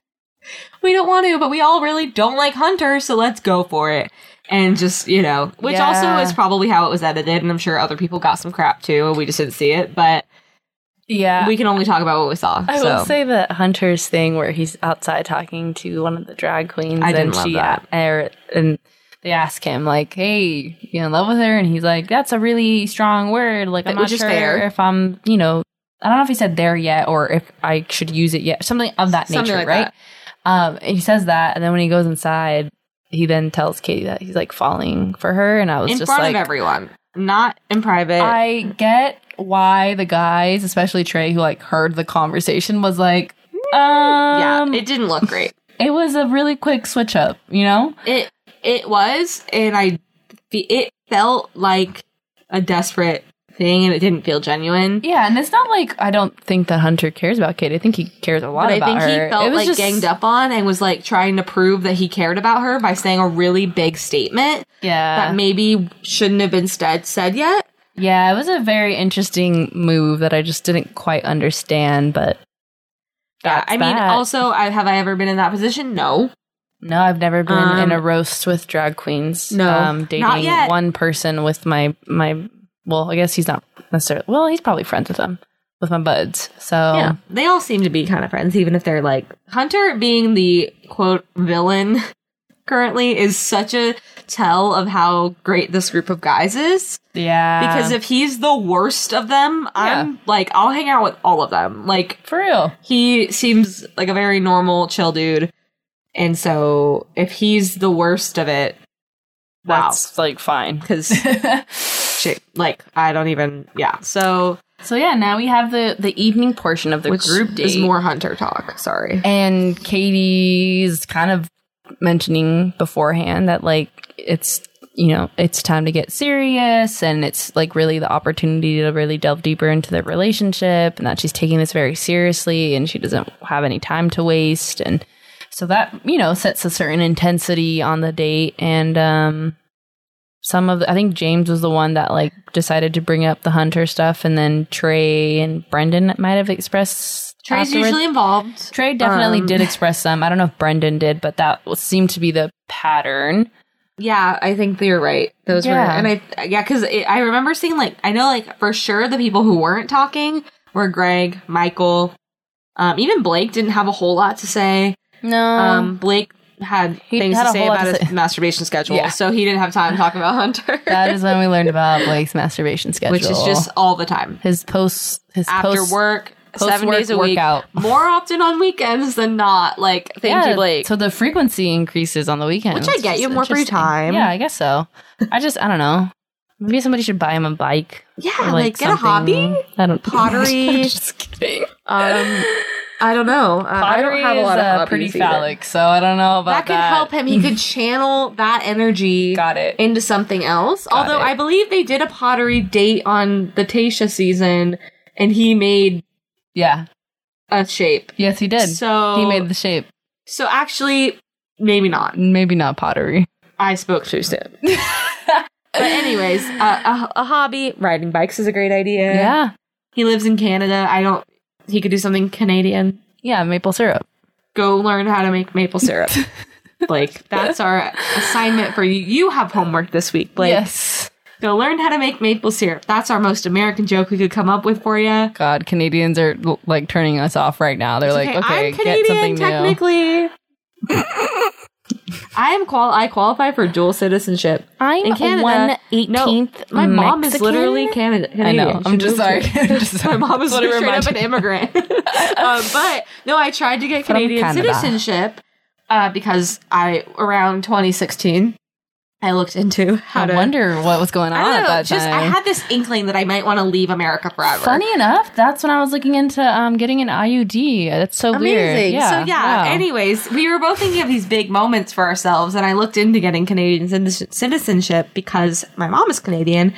Speaker 3: We don't want to, but we all really don't like Hunter, so let's go for it." And just you know, which
Speaker 2: Yeah.
Speaker 3: also is probably how it was edited, and I'm sure other people got some crap too, and we just didn't see it. But
Speaker 2: Yeah.
Speaker 3: we can only talk about what we saw.
Speaker 2: I
Speaker 3: so.
Speaker 2: will say that Hunter's thing where he's outside talking to one of the drag queens
Speaker 3: I didn't
Speaker 2: and
Speaker 3: love
Speaker 2: she
Speaker 3: that.
Speaker 2: er, and they ask him like, "Hey, you in love with her?" and he's like, "That's a really strong word. Like, I'm
Speaker 3: Which
Speaker 2: not
Speaker 3: is
Speaker 2: sure
Speaker 3: fair.
Speaker 2: if I'm, you know, I don't know if he said there yet or if I should use it yet, something of that
Speaker 3: Something
Speaker 2: nature,
Speaker 3: like
Speaker 2: right?" Um, and he says that, and then when he goes inside, he then tells Katie that he's like falling for her, and I was
Speaker 3: in
Speaker 2: just
Speaker 3: front
Speaker 2: like,
Speaker 3: of everyone, not in private.
Speaker 2: I get why the guys, especially Trey, who like heard the conversation, was like,
Speaker 3: yeah,
Speaker 2: um,
Speaker 3: it didn't look great.
Speaker 2: it was a really quick switch up, you know?
Speaker 3: It it was, and I it felt like a desperate thing, and it didn't feel genuine.
Speaker 2: Yeah, and it's not like I don't think that Hunter cares about Kate. I think he cares a lot
Speaker 3: But I
Speaker 2: about
Speaker 3: think
Speaker 2: her.
Speaker 3: he felt
Speaker 2: It was
Speaker 3: like
Speaker 2: just-
Speaker 3: ganged up on and was like trying to prove that he cared about her by saying a really big statement
Speaker 2: Yeah,
Speaker 3: that maybe shouldn't have been said said yet.
Speaker 2: yeah, it was a very interesting move that I just didn't quite understand. But
Speaker 3: Yeah,
Speaker 2: that's
Speaker 3: I mean,
Speaker 2: that.
Speaker 3: also, I, have I ever been in that position? No.
Speaker 2: no, I've never been
Speaker 3: Um,
Speaker 2: in a roast with drag queens.
Speaker 3: No,
Speaker 2: um,
Speaker 3: not
Speaker 2: dating
Speaker 3: yet.
Speaker 2: one person with my my. Well, I guess he's not necessarily. Well, he's probably friends with them with my buds. So
Speaker 3: Yeah, they all seem to be kind of friends, even if they're like Hunter being the quote villain currently is such a tell of how great this group of guys is.
Speaker 2: yeah,
Speaker 3: Because if he's the worst of them, I'm like, I'll hang out with all of them. Like,
Speaker 2: for real,
Speaker 3: he seems like a very normal, chill dude. And so if he's the worst of it, Wow.
Speaker 2: That's like fine.
Speaker 3: because shit, like I don't even. Yeah. So
Speaker 2: So yeah, now we have the the evening portion of the
Speaker 3: which
Speaker 2: group date.
Speaker 3: is more hunter talk. Sorry.
Speaker 2: and Katie's kind of mentioning beforehand that like it's you know it's time to get serious and it's like really the opportunity to really delve deeper into their relationship and that she's taking this very seriously and she doesn't have any time to waste and so that you know sets a certain intensity on the date and um some of the, I think James was the one that like decided to bring up the hunter stuff and then Trey and Brendan might have expressed
Speaker 3: Trey's
Speaker 2: afterwards.
Speaker 3: usually involved.
Speaker 2: Trey definitely
Speaker 3: Um,
Speaker 2: did express some. I don't know if Brendan did, but that was- seemed to be the pattern.
Speaker 3: Yeah, I think you're right. Those were,
Speaker 2: Yeah.
Speaker 3: and I, yeah, because I remember seeing like I know like for sure the people who weren't talking were Greg, Michael, um, even Blake didn't have a whole lot to say.
Speaker 2: No.
Speaker 3: Um, Blake had
Speaker 2: He
Speaker 3: things
Speaker 2: had
Speaker 3: to
Speaker 2: a
Speaker 3: say
Speaker 2: whole lot
Speaker 3: about
Speaker 2: to
Speaker 3: his
Speaker 2: say.
Speaker 3: masturbation schedule,
Speaker 2: Yeah.
Speaker 3: so he didn't have time to talk about Hunter,
Speaker 2: that is when we learned about Blake's masturbation schedule,
Speaker 3: which is just all the time
Speaker 2: his posts, his
Speaker 3: after
Speaker 2: post,
Speaker 3: work, seven
Speaker 2: post-work
Speaker 3: days a week,
Speaker 2: workout.
Speaker 3: more often on weekends than not. Like, thank
Speaker 2: Yeah,
Speaker 3: you, Blake.
Speaker 2: So the frequency increases on the weekend,
Speaker 3: Which I get, you have more free time.
Speaker 2: Yeah, I guess so. I just I don't know. Maybe somebody should buy him a bike.
Speaker 3: yeah,
Speaker 2: or,
Speaker 3: like, get a
Speaker 2: something.
Speaker 3: hobby.
Speaker 2: I don't
Speaker 3: Pottery.
Speaker 2: just kidding.
Speaker 3: Um, I don't know. Uh, I
Speaker 2: Pottery
Speaker 3: don't have a lot
Speaker 2: is
Speaker 3: of
Speaker 2: uh,
Speaker 3: hobbies
Speaker 2: pretty
Speaker 3: either.
Speaker 2: phallic, so I don't know
Speaker 3: That
Speaker 2: about that.
Speaker 3: could help him. He could channel that energy
Speaker 2: Got it.
Speaker 3: into something else.
Speaker 2: Got
Speaker 3: Although
Speaker 2: it.
Speaker 3: I believe they did a pottery date on the Tasha season, and he made
Speaker 2: yeah.
Speaker 3: a shape.
Speaker 2: Yes, he did.
Speaker 3: So
Speaker 2: he made the shape.
Speaker 3: So actually, maybe not.
Speaker 2: Maybe not pottery.
Speaker 3: I spoke too soon. But anyways, uh, a, a hobby, riding bikes is a great idea.
Speaker 2: Yeah.
Speaker 3: He lives in Canada. I don't. He could do something Canadian.
Speaker 2: Yeah, maple syrup.
Speaker 3: go learn how to make maple syrup. Blake, that's our assignment for you. You have homework this week, Blake.
Speaker 2: yes.
Speaker 3: Go learn how to make maple syrup. That's our most American joke we could come up with for you.
Speaker 2: God, Canadians are l- like turning us off right now. They're like, okay,
Speaker 3: I'm
Speaker 2: get something new.
Speaker 3: Canadian, technically. I am qual. I qualify for dual citizenship.
Speaker 2: I'm
Speaker 3: In Canada, one
Speaker 2: eighteenth.
Speaker 3: My mom is literally Canada.
Speaker 2: I
Speaker 3: Canadian.
Speaker 2: know.
Speaker 3: She
Speaker 2: I'm just
Speaker 3: lives here.
Speaker 2: sorry. I'm just
Speaker 3: My
Speaker 2: sorry.
Speaker 3: mom is
Speaker 2: That's what it
Speaker 3: straight up
Speaker 2: reminded
Speaker 3: an
Speaker 2: me.
Speaker 3: immigrant. um, but no, I tried to get
Speaker 2: From
Speaker 3: Canadian
Speaker 2: Canada.
Speaker 3: citizenship uh, because I around 2016 I looked into how
Speaker 2: I
Speaker 3: to.
Speaker 2: wonder what was going on
Speaker 3: I don't
Speaker 2: at
Speaker 3: know.
Speaker 2: that
Speaker 3: Just I
Speaker 2: time.
Speaker 3: had this inkling that I might want to leave America forever.
Speaker 2: Funny enough, that's when I was looking into um, getting an IUD. That's so weird.
Speaker 3: Amazing. so yeah.
Speaker 2: wow.
Speaker 3: Anyways, we were both thinking of these big moments for ourselves, and I looked into getting Canadian citi- citizenship because my mom is Canadian.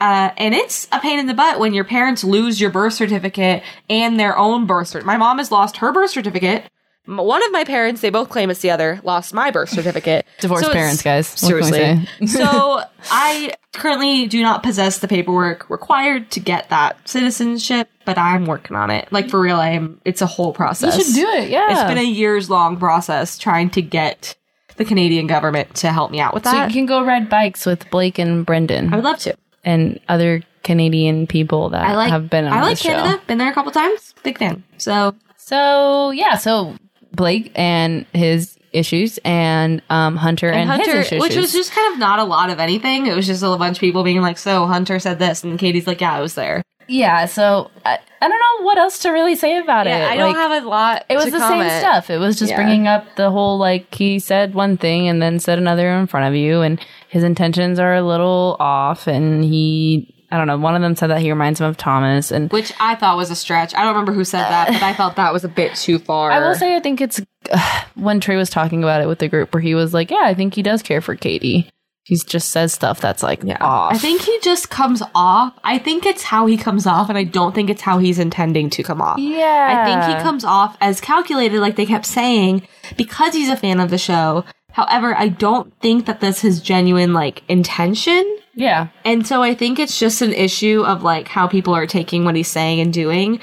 Speaker 3: Uh, and it's a pain in the butt when your parents lose your birth certificate and their own birth certificate. My mom has lost her birth certificate. M- One of my parents, they both claim it's the other, lost my birth certificate.
Speaker 2: divorced
Speaker 3: So it's-
Speaker 2: parents, guys. What can we
Speaker 3: Seriously.
Speaker 2: say?
Speaker 3: so I currently do not possess the paperwork required to get that citizenship, but I'm working on it. Like for real, I am. It's a whole process.
Speaker 2: You should do it. Yeah,
Speaker 3: It's been a years long process trying to get the Canadian government to help me out with
Speaker 2: so
Speaker 3: that.
Speaker 2: you can go ride bikes with Blake and Brendan.
Speaker 3: I would love to.
Speaker 2: and other Canadian people that
Speaker 3: I like.
Speaker 2: have been on
Speaker 3: I like
Speaker 2: this
Speaker 3: Canada.
Speaker 2: show.
Speaker 3: Been there a couple times. Big fan. So
Speaker 2: So yeah, so Blake and his issues, and um, Hunter and,
Speaker 3: and Hunter,
Speaker 2: his issues,
Speaker 3: which was just kind of not a lot of anything. It was just a bunch of people being like, "So Hunter said this," and Katie's like, "Yeah, I was there."
Speaker 2: yeah. So I, I don't know what else to really say about it.
Speaker 3: Yeah, I don't
Speaker 2: Like,
Speaker 3: have a lot.
Speaker 2: It was
Speaker 3: to
Speaker 2: the
Speaker 3: comment.
Speaker 2: same stuff. It was just
Speaker 3: Yeah.
Speaker 2: bringing up the whole like he said one thing and then said another in front of you, and his intentions are a little off. And he, I don't know, one of them said that he reminds him of Thomas, and
Speaker 3: which I thought was a stretch. I don't remember who said that, but I felt that was a bit too far.
Speaker 2: I will say, I think it's when Trey was talking about it with the group, where he was like, "Yeah, I think he does care for Katie. He just says stuff that's like
Speaker 3: Yeah.
Speaker 2: off."
Speaker 3: I think he just comes off. I think it's how he comes off, and I don't think it's how he's intending to come off.
Speaker 2: yeah,
Speaker 3: I think he comes off as calculated, like they kept saying, because he's a fan of the show. However, I don't think that that's his genuine like intention.
Speaker 2: Yeah,
Speaker 3: And so I think it's just an issue of like how people are taking what he's saying and doing.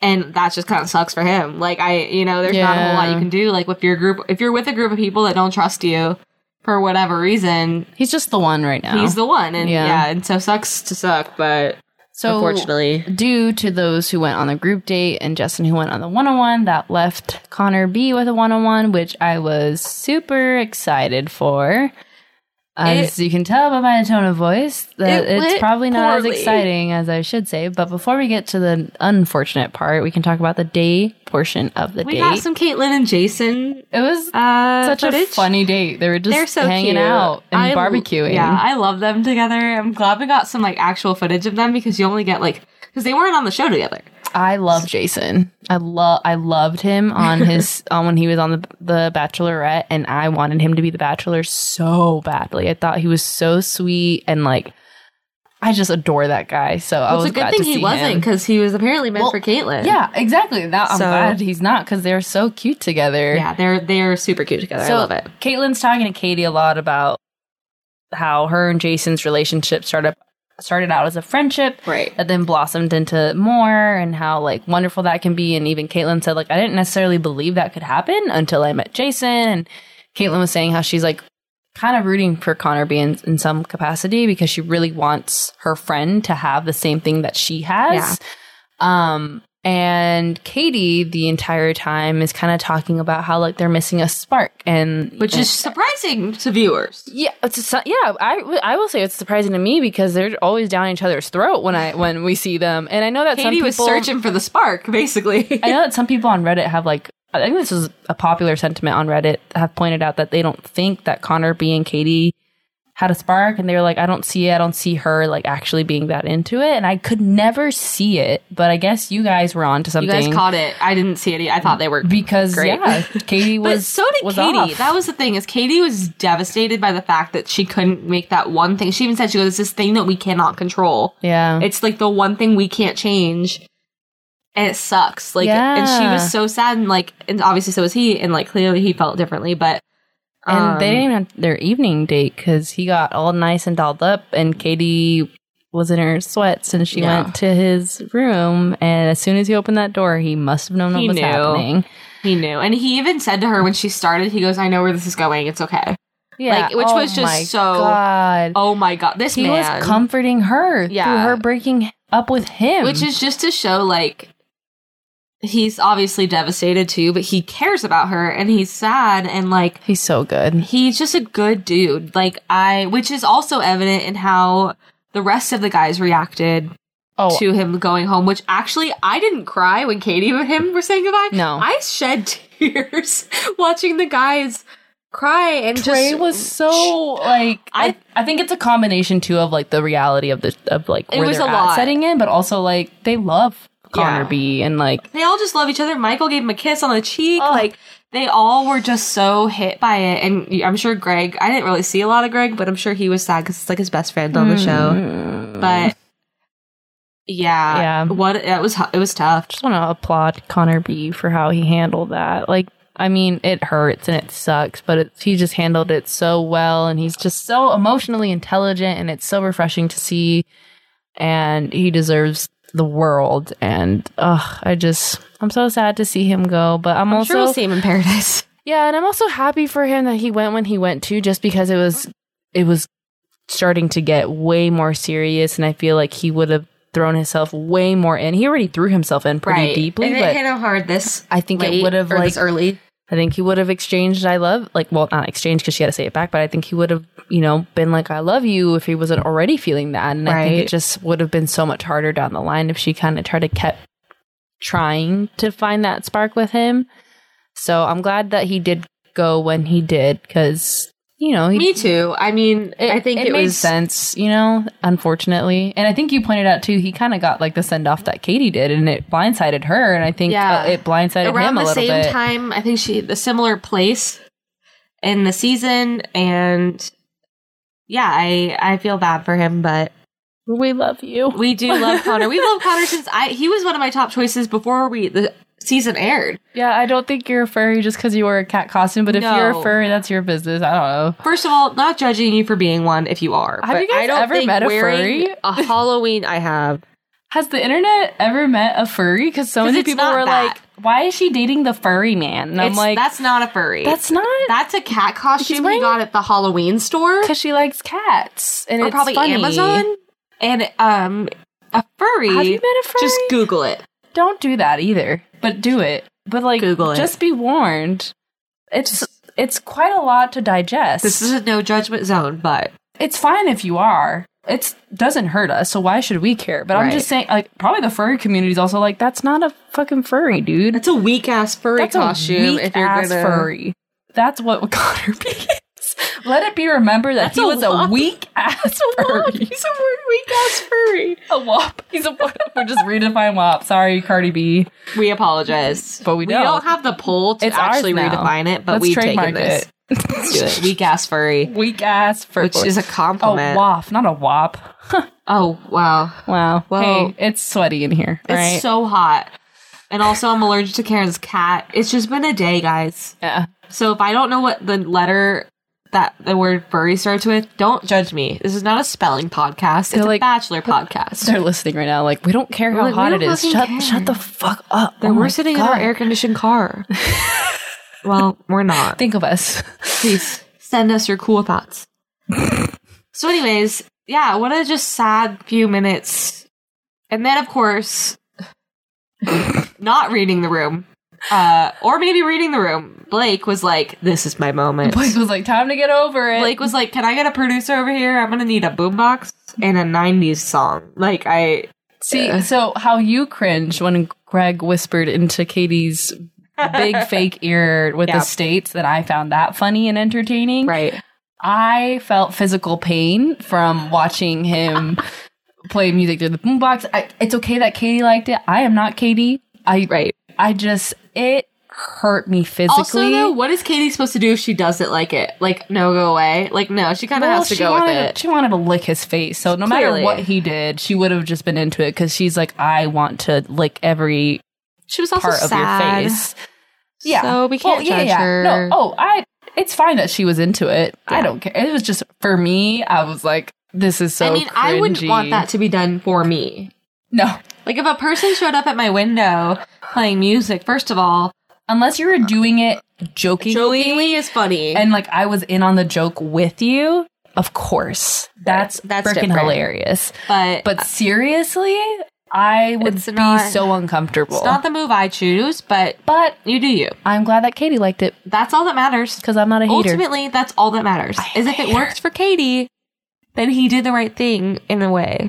Speaker 3: And that just kind of sucks for him. Like I, you know, there's not a whole lot
Speaker 2: Yeah.
Speaker 3: you can do. Like with your group, if you're with a group of people that don't trust you for whatever reason,
Speaker 2: he's just the one right now.
Speaker 3: he's the one. And
Speaker 2: Yeah.
Speaker 3: yeah. and so sucks to suck, but
Speaker 2: so
Speaker 3: unfortunately,
Speaker 2: Due to those who went on the group date and Justin who went on the one on one, that left Connor B with a one on one, which I was super excited for. As you can tell by my tone of voice, that
Speaker 3: It
Speaker 2: it's
Speaker 3: went
Speaker 2: probably not
Speaker 3: poorly.
Speaker 2: as exciting as I should say. But before we get to the unfortunate part, we can talk about the day portion of the
Speaker 3: we
Speaker 2: date.
Speaker 3: got some Caitlyn and Jason
Speaker 2: it was
Speaker 3: uh,
Speaker 2: such
Speaker 3: footage.
Speaker 2: a funny date. They were just
Speaker 3: They're so
Speaker 2: hanging
Speaker 3: cute.
Speaker 2: out and
Speaker 3: I-
Speaker 2: barbecuing.
Speaker 3: Yeah, I love them together. I'm glad we got some like actual footage of them because you only get like because they weren't on the show together.
Speaker 2: I love Jason. I love I loved him on his on when he was on the the Bachelorette, and I wanted him to be the Bachelor so badly. I thought he was so sweet and like I just adore that guy. So I
Speaker 3: Well,
Speaker 2: was
Speaker 3: it's a good
Speaker 2: glad
Speaker 3: thing
Speaker 2: to see
Speaker 3: he wasn't
Speaker 2: him.
Speaker 3: because he was apparently meant
Speaker 2: Well,
Speaker 3: for Caitlyn.
Speaker 2: Yeah, exactly. That I'm
Speaker 3: So-
Speaker 2: glad he's not because they're so cute together.
Speaker 3: yeah, they're they're super cute together.
Speaker 2: So-
Speaker 3: I love it.
Speaker 2: Caitlin's talking to Katie a lot about how her and Jason's relationship started started out as a friendship
Speaker 3: Right.
Speaker 2: that then blossomed into more and how like wonderful that can be. And even Caitlin said, like, I didn't necessarily believe that could happen until I met Jason. And Caitlin was saying how she's like kind of rooting for Connor being in some capacity because she really wants her friend to have the same thing that she has. Um and Katie the entire time is kind of talking about how like they're missing a spark and
Speaker 3: Which is surprising to viewers.
Speaker 2: yeah, it's a, su- yeah. I, w- I will say it's surprising to me because they're always down each other's throat when I when we see them, and I know that
Speaker 3: Katie
Speaker 2: some
Speaker 3: was
Speaker 2: people.
Speaker 3: searching for the spark, basically.
Speaker 2: I know that some people on Reddit have like I think this is a popular sentiment on Reddit have pointed out that they don't think that Connor B and Katie had a spark, and they were like, I don't see it, I don't see her like actually being that into it, and I could never see it, but I guess you guys were on to
Speaker 3: you
Speaker 2: something
Speaker 3: guys caught it. I didn't see it. I thought they were
Speaker 2: because
Speaker 3: Great.
Speaker 2: yeah, Katie was
Speaker 3: But so did
Speaker 2: was
Speaker 3: Katie.
Speaker 2: off.
Speaker 3: That was the thing is Katie was devastated by the fact that she couldn't make that one thing. She even said she goes, "It's this thing that we cannot control.
Speaker 2: yeah.
Speaker 3: It's like the one thing we can't change, and it sucks." Like, and she
Speaker 2: Yeah.
Speaker 3: was so sad, and like, and obviously so was he, and like clearly he felt differently, but
Speaker 2: And
Speaker 3: um,
Speaker 2: they didn't have their evening date because he got all nice and dolled up, and Katie was in her sweats, and she
Speaker 3: Yeah.
Speaker 2: went to his room. And as soon as he opened that door, he must have known what
Speaker 3: He
Speaker 2: was
Speaker 3: knew.
Speaker 2: happening.
Speaker 3: He knew, and he even said to her when she started, he goes, "I know where this is going. It's okay." Like, which was just
Speaker 2: oh my
Speaker 3: so-
Speaker 2: God.
Speaker 3: Oh my god, this
Speaker 2: he
Speaker 3: man,
Speaker 2: was comforting her
Speaker 3: Yeah.
Speaker 2: through her breaking up with him,
Speaker 3: which is just to show like he's obviously devastated too but he cares about her and he's sad and like
Speaker 2: he's so good.
Speaker 3: he's just a good dude like i which is also evident in how the rest of the guys reacted
Speaker 2: Oh,
Speaker 3: to him going home which actually i didn't cry when katie and him were saying goodbye
Speaker 2: No.
Speaker 3: i shed tears watching the guys cry and
Speaker 2: Trey
Speaker 3: just
Speaker 2: was so like I,
Speaker 3: I-
Speaker 2: I think it's a combination too of like the reality of the of like
Speaker 3: It
Speaker 2: where
Speaker 3: was
Speaker 2: they're
Speaker 3: a
Speaker 2: at
Speaker 3: lot.
Speaker 2: setting in, but also like they love Connor
Speaker 3: Yeah.
Speaker 2: B and like
Speaker 3: they all just love each other. Michael gave him a kiss on the cheek.
Speaker 2: Oh.
Speaker 3: Like they all were just so hit by it. And I'm sure Greg. I didn't really see a lot of Greg, but I'm sure he was sad because it's like his best friend on the show.
Speaker 2: Mm.
Speaker 3: But yeah,
Speaker 2: Yeah.
Speaker 3: What it was hu- it was tough.
Speaker 2: just want to applaud Connor B for how he handled that. Like, I mean, it hurts and it sucks, but it, he just handled it so well, and he's just so emotionally intelligent, and it's so refreshing to see. And he deserves the world. And ugh, I just, I'm so sad to see him go. But I'm,
Speaker 3: I'm
Speaker 2: also
Speaker 3: sure we'll see him in paradise.
Speaker 2: yeah, and I'm also happy for him that he went when he went to, just because it was it was starting to get way more serious, and I feel like he would have thrown himself way more in. He already threw himself in pretty deeply,
Speaker 3: And
Speaker 2: but
Speaker 3: it hit him hard this.
Speaker 2: I think
Speaker 3: late,
Speaker 2: it would have
Speaker 3: or
Speaker 2: like
Speaker 3: this early.
Speaker 2: I think he would have exchanged I love like well not exchanged because she had to say it back, but I think he would have you know been like I love you if he wasn't already feeling that, and I think
Speaker 3: Right.
Speaker 2: it just would have been so much harder down the line if she kind of tried to kept trying to find that spark with him. So I'm glad that he did go when he did because you know he
Speaker 3: Me too. I mean, I think it,
Speaker 2: made
Speaker 3: was
Speaker 2: sense, you know. Unfortunately, and I think you pointed out too, he kind of got like the send off that Katie did, and it blindsided her, and I think
Speaker 3: Yeah.
Speaker 2: uh, it blindsided
Speaker 3: around
Speaker 2: him a
Speaker 3: the
Speaker 2: little
Speaker 3: same
Speaker 2: bit.
Speaker 3: time i think she the similar place in the season and yeah i i feel bad for him but
Speaker 2: We love you.
Speaker 3: we do love connor we love connor since i he was one of my top choices before we the season aired
Speaker 2: Yeah, I don't think you're a furry just because you wear a cat costume, but if you're
Speaker 3: No.
Speaker 2: a furry, that's your business. I don't know.
Speaker 3: first of all not judging you for being one if you are
Speaker 2: Have
Speaker 3: but
Speaker 2: you guys
Speaker 3: I don't
Speaker 2: ever
Speaker 3: think
Speaker 2: met a
Speaker 3: wearing
Speaker 2: furry?
Speaker 3: a halloween i have
Speaker 2: Has the internet ever met a furry? Because so
Speaker 3: 'Cause
Speaker 2: many
Speaker 3: it's
Speaker 2: people
Speaker 3: not
Speaker 2: were
Speaker 3: that.
Speaker 2: like, why is she dating the furry man? And I'm
Speaker 3: It's-
Speaker 2: like, that's,
Speaker 3: that's not a furry
Speaker 2: not.
Speaker 3: that's a cat costume we
Speaker 2: wearing-
Speaker 3: got at the halloween store
Speaker 2: Because she likes cats. And
Speaker 3: or
Speaker 2: it's
Speaker 3: probably
Speaker 2: funny.
Speaker 3: amazon and um a furry
Speaker 2: Have you met a furry?
Speaker 3: just google it
Speaker 2: don't do that either, but do it. But like,
Speaker 3: Google it.
Speaker 2: just be warned. It's it's quite a lot to digest.
Speaker 3: This is a no judgment zone, but
Speaker 2: it's fine if you are. It doesn't hurt us, so why should we care? But I'm
Speaker 3: Right.
Speaker 2: just saying, like, probably the furry community is also like, that's not a fucking furry, dude.
Speaker 3: it's a weak ass furry
Speaker 2: That's
Speaker 3: costume.
Speaker 2: a
Speaker 3: if you're
Speaker 2: weak-ass
Speaker 3: gonna,
Speaker 2: furry. That's what Connor B is. Let it be remembered that
Speaker 3: That's
Speaker 2: he
Speaker 3: a
Speaker 2: was
Speaker 3: wop.
Speaker 2: a weak ass furry.
Speaker 3: he's a weak ass furry.
Speaker 2: a wop. He's a wop. We just redefine wop. Sorry, Cardi B.
Speaker 3: We apologize,
Speaker 2: But we
Speaker 3: we
Speaker 2: don't.
Speaker 3: don't have the pull to
Speaker 2: It's ours
Speaker 3: actually
Speaker 2: now.
Speaker 3: redefine it. But
Speaker 2: Let's
Speaker 3: we've
Speaker 2: trademark
Speaker 3: taken this. Let's do it.
Speaker 2: it. Oh,
Speaker 3: Weak ass furry,
Speaker 2: weak ass furry.
Speaker 3: which is a
Speaker 2: a
Speaker 3: compliment.
Speaker 2: wop, not a wop.
Speaker 3: Oh wow,
Speaker 2: Wow.
Speaker 3: Well-
Speaker 2: hey, it's sweaty in here,
Speaker 3: it's
Speaker 2: right?
Speaker 3: so hot. And also, I'm allergic to Karen's cat. It's just been a day, guys.
Speaker 2: yeah.
Speaker 3: So if I don't know what the letter that the word furry starts with, don't judge me. This is not a spelling podcast.
Speaker 2: They're
Speaker 3: It's
Speaker 2: like-
Speaker 3: a bachelor podcast.
Speaker 2: They're listening right now. Like we don't care how
Speaker 3: Like, we
Speaker 2: hot it
Speaker 3: don't
Speaker 2: is.
Speaker 3: fucking
Speaker 2: Shut,
Speaker 3: care.
Speaker 2: shut the fuck up.
Speaker 3: Then
Speaker 2: Oh my
Speaker 3: we're sitting in our
Speaker 2: God.
Speaker 3: air conditioned car. well, we're not.
Speaker 2: Think of us.
Speaker 3: Please send us your cool thoughts. so, anyways, yeah, what a just sad few minutes. And then, of course, not reading the room, uh, or maybe reading the room. Blake was like, "This is my moment."
Speaker 2: Blake was like, "Time to get over it."
Speaker 3: Blake was like, "Can I get a producer over here? I'm gonna need a boombox and a '90s song." Like I
Speaker 2: See,
Speaker 3: Yeah.
Speaker 2: so how you cringe when Greg whispered into Katie's big fake ear with
Speaker 3: Yeah.
Speaker 2: the states that I found that funny and entertaining.
Speaker 3: right.
Speaker 2: I felt physical pain from watching him play music through the boombox. I, it's okay that Katie liked it. I am not Katie. I
Speaker 3: Right.
Speaker 2: I just it hurt me physically.
Speaker 3: Also, though, what is Katie supposed to do if she doesn't like it? Like, no, go away. Like, no, she kind of
Speaker 2: Well,
Speaker 3: has to
Speaker 2: she
Speaker 3: go with
Speaker 2: wanted to-
Speaker 3: it.
Speaker 2: she wanted to lick his face. So no matter
Speaker 3: Clearly.
Speaker 2: what he did, she would have just been into it because she's like, I want to lick every
Speaker 3: She was also
Speaker 2: part of
Speaker 3: sad.
Speaker 2: your face. Yeah.
Speaker 3: So we can't
Speaker 2: Well, yeah,
Speaker 3: judge
Speaker 2: yeah.
Speaker 3: her.
Speaker 2: No, oh, I. It's fine that she was into it. I
Speaker 3: Yeah.
Speaker 2: don't care. It was just for me. I was like, this is so.
Speaker 3: I mean, I wouldn't
Speaker 2: cringy.
Speaker 3: want that to be done for me.
Speaker 2: No,
Speaker 3: Like, if a person showed up at my window playing music, first of all,
Speaker 2: unless you were doing it jokingly,
Speaker 3: jokingly is funny.
Speaker 2: and like I was in on the joke with you. Of course, that's
Speaker 3: That's
Speaker 2: freaking
Speaker 3: different.
Speaker 2: hilarious.
Speaker 3: but
Speaker 2: But seriously, I would
Speaker 3: It's
Speaker 2: be
Speaker 3: not-
Speaker 2: so uncomfortable.
Speaker 3: it's not the move I choose. But
Speaker 2: but
Speaker 3: you do you.
Speaker 2: I'm glad that Katie liked it
Speaker 3: That's all that matters.
Speaker 2: because I'm not a hater.
Speaker 3: Ultimately, that's all that matters.
Speaker 2: I
Speaker 3: Is if
Speaker 2: hate
Speaker 3: it
Speaker 2: her.
Speaker 3: works for Katie, then he did the right thing in a way.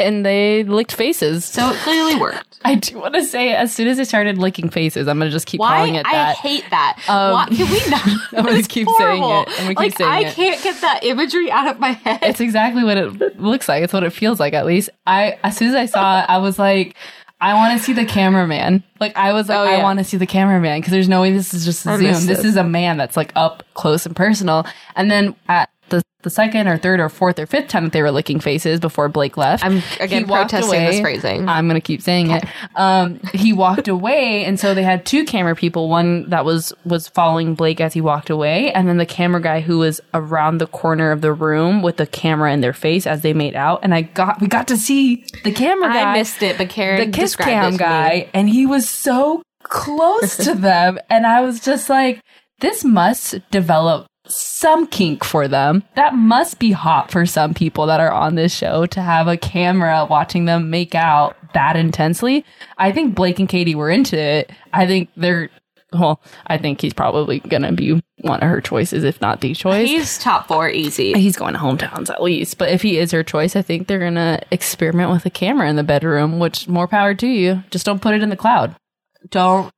Speaker 2: and they licked faces.
Speaker 3: So it clearly worked.
Speaker 2: I do want to say, as soon as it started licking faces, I'm gonna just keep
Speaker 3: Why?
Speaker 2: calling it
Speaker 3: I
Speaker 2: that.
Speaker 3: hate that.
Speaker 2: Um,
Speaker 3: Why can we not?
Speaker 2: I'm gonna
Speaker 3: It's
Speaker 2: keep saying
Speaker 3: horrible.
Speaker 2: it. I'm gonna keep
Speaker 3: like,
Speaker 2: saying
Speaker 3: I
Speaker 2: it.
Speaker 3: can't get that imagery out of my head.
Speaker 2: it's exactly what it looks like. It's what it feels like, at least. I as soon as I saw it, I was like, I want to see the cameraman. Like I was like,
Speaker 3: Oh,
Speaker 2: I
Speaker 3: yeah.
Speaker 2: want to see the cameraman because there's no way this is just a
Speaker 3: I
Speaker 2: zoom.
Speaker 3: missed
Speaker 2: This
Speaker 3: it.
Speaker 2: is a man that's like up close and personal. And then at the the second or third or fourth or fifth time that they were licking faces before Blake left,
Speaker 3: I'm again
Speaker 2: he walked
Speaker 3: protesting this
Speaker 2: away.
Speaker 3: phrasing.
Speaker 2: I'm gonna keep saying it. Um, he walked away, and so they had two camera people. One that was was following Blake as he walked away, and then the camera guy who was around the corner of the room with the camera in their face as they made out. And I got we got to see the camera guy,
Speaker 3: I missed it, but Karen,
Speaker 2: the kiss
Speaker 3: described it
Speaker 2: cam
Speaker 3: to me.
Speaker 2: guy, and he was so close to them, and I was just like, this must develop. Some kink for them. That must be hot for some people that are on this show to have a camera watching them make out that intensely. I think Blake and Katie were into it. I think they're, well, I think he's probably going to be one of her choices, if not the choice.
Speaker 3: He's top four easy.
Speaker 2: He's going to hometowns at least. But if he is her choice, I think they're going to experiment with a camera in the bedroom, which more power to you. Just don't put it in the cloud.
Speaker 3: Don't,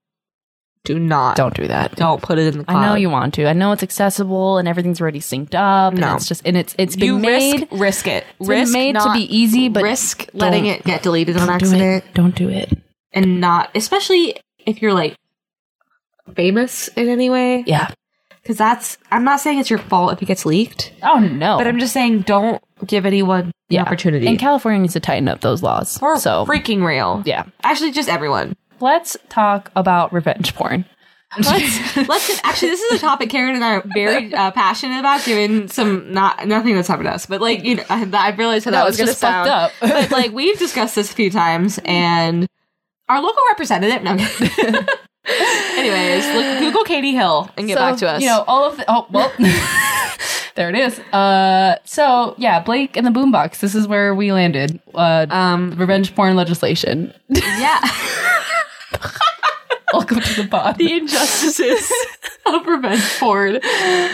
Speaker 3: do Uh, not,
Speaker 2: Don't do that.
Speaker 3: don't put it in the cloud.
Speaker 2: I know you want to. I know it's accessible and everything's already synced up. And
Speaker 3: No.
Speaker 2: it's just, and it's, it's been
Speaker 3: You
Speaker 2: made,
Speaker 3: risk, risk it.
Speaker 2: it's been
Speaker 3: risk
Speaker 2: made to
Speaker 3: not-
Speaker 2: be easy, but
Speaker 3: risk letting
Speaker 2: don't-
Speaker 3: it get deleted on
Speaker 2: don't
Speaker 3: accident
Speaker 2: Do it. Don't do it.
Speaker 3: and not, especially if you're like famous in any way.
Speaker 2: Yeah.
Speaker 3: Because that's, I'm not saying it's your fault if it gets leaked,
Speaker 2: Oh, no.
Speaker 3: but I'm just saying don't give anyone the
Speaker 2: Yeah.
Speaker 3: opportunity.
Speaker 2: And California needs to tighten up those laws.
Speaker 3: For
Speaker 2: so,
Speaker 3: freaking real.
Speaker 2: yeah.
Speaker 3: Actually, just everyone.
Speaker 2: Let's talk about revenge porn.
Speaker 3: Let's let's just, actually. This is a topic Karen and I are very uh, passionate about, given some not nothing that's happened to us. But like you know, I, I realized how that
Speaker 2: No, it's
Speaker 3: was going to
Speaker 2: just fucked
Speaker 3: sound.
Speaker 2: up.
Speaker 3: but like we've discussed this a few times, and our local representative. No. Anyways, look, Google Katie Hill and get
Speaker 2: So,
Speaker 3: back to us.
Speaker 2: You know, all of the oh well there it is. Uh so yeah, Blake and the boombox. This is where we landed. Uh
Speaker 3: um,
Speaker 2: revenge porn legislation.
Speaker 3: yeah,
Speaker 2: Welcome to the pod.
Speaker 3: the injustices of revenge porn.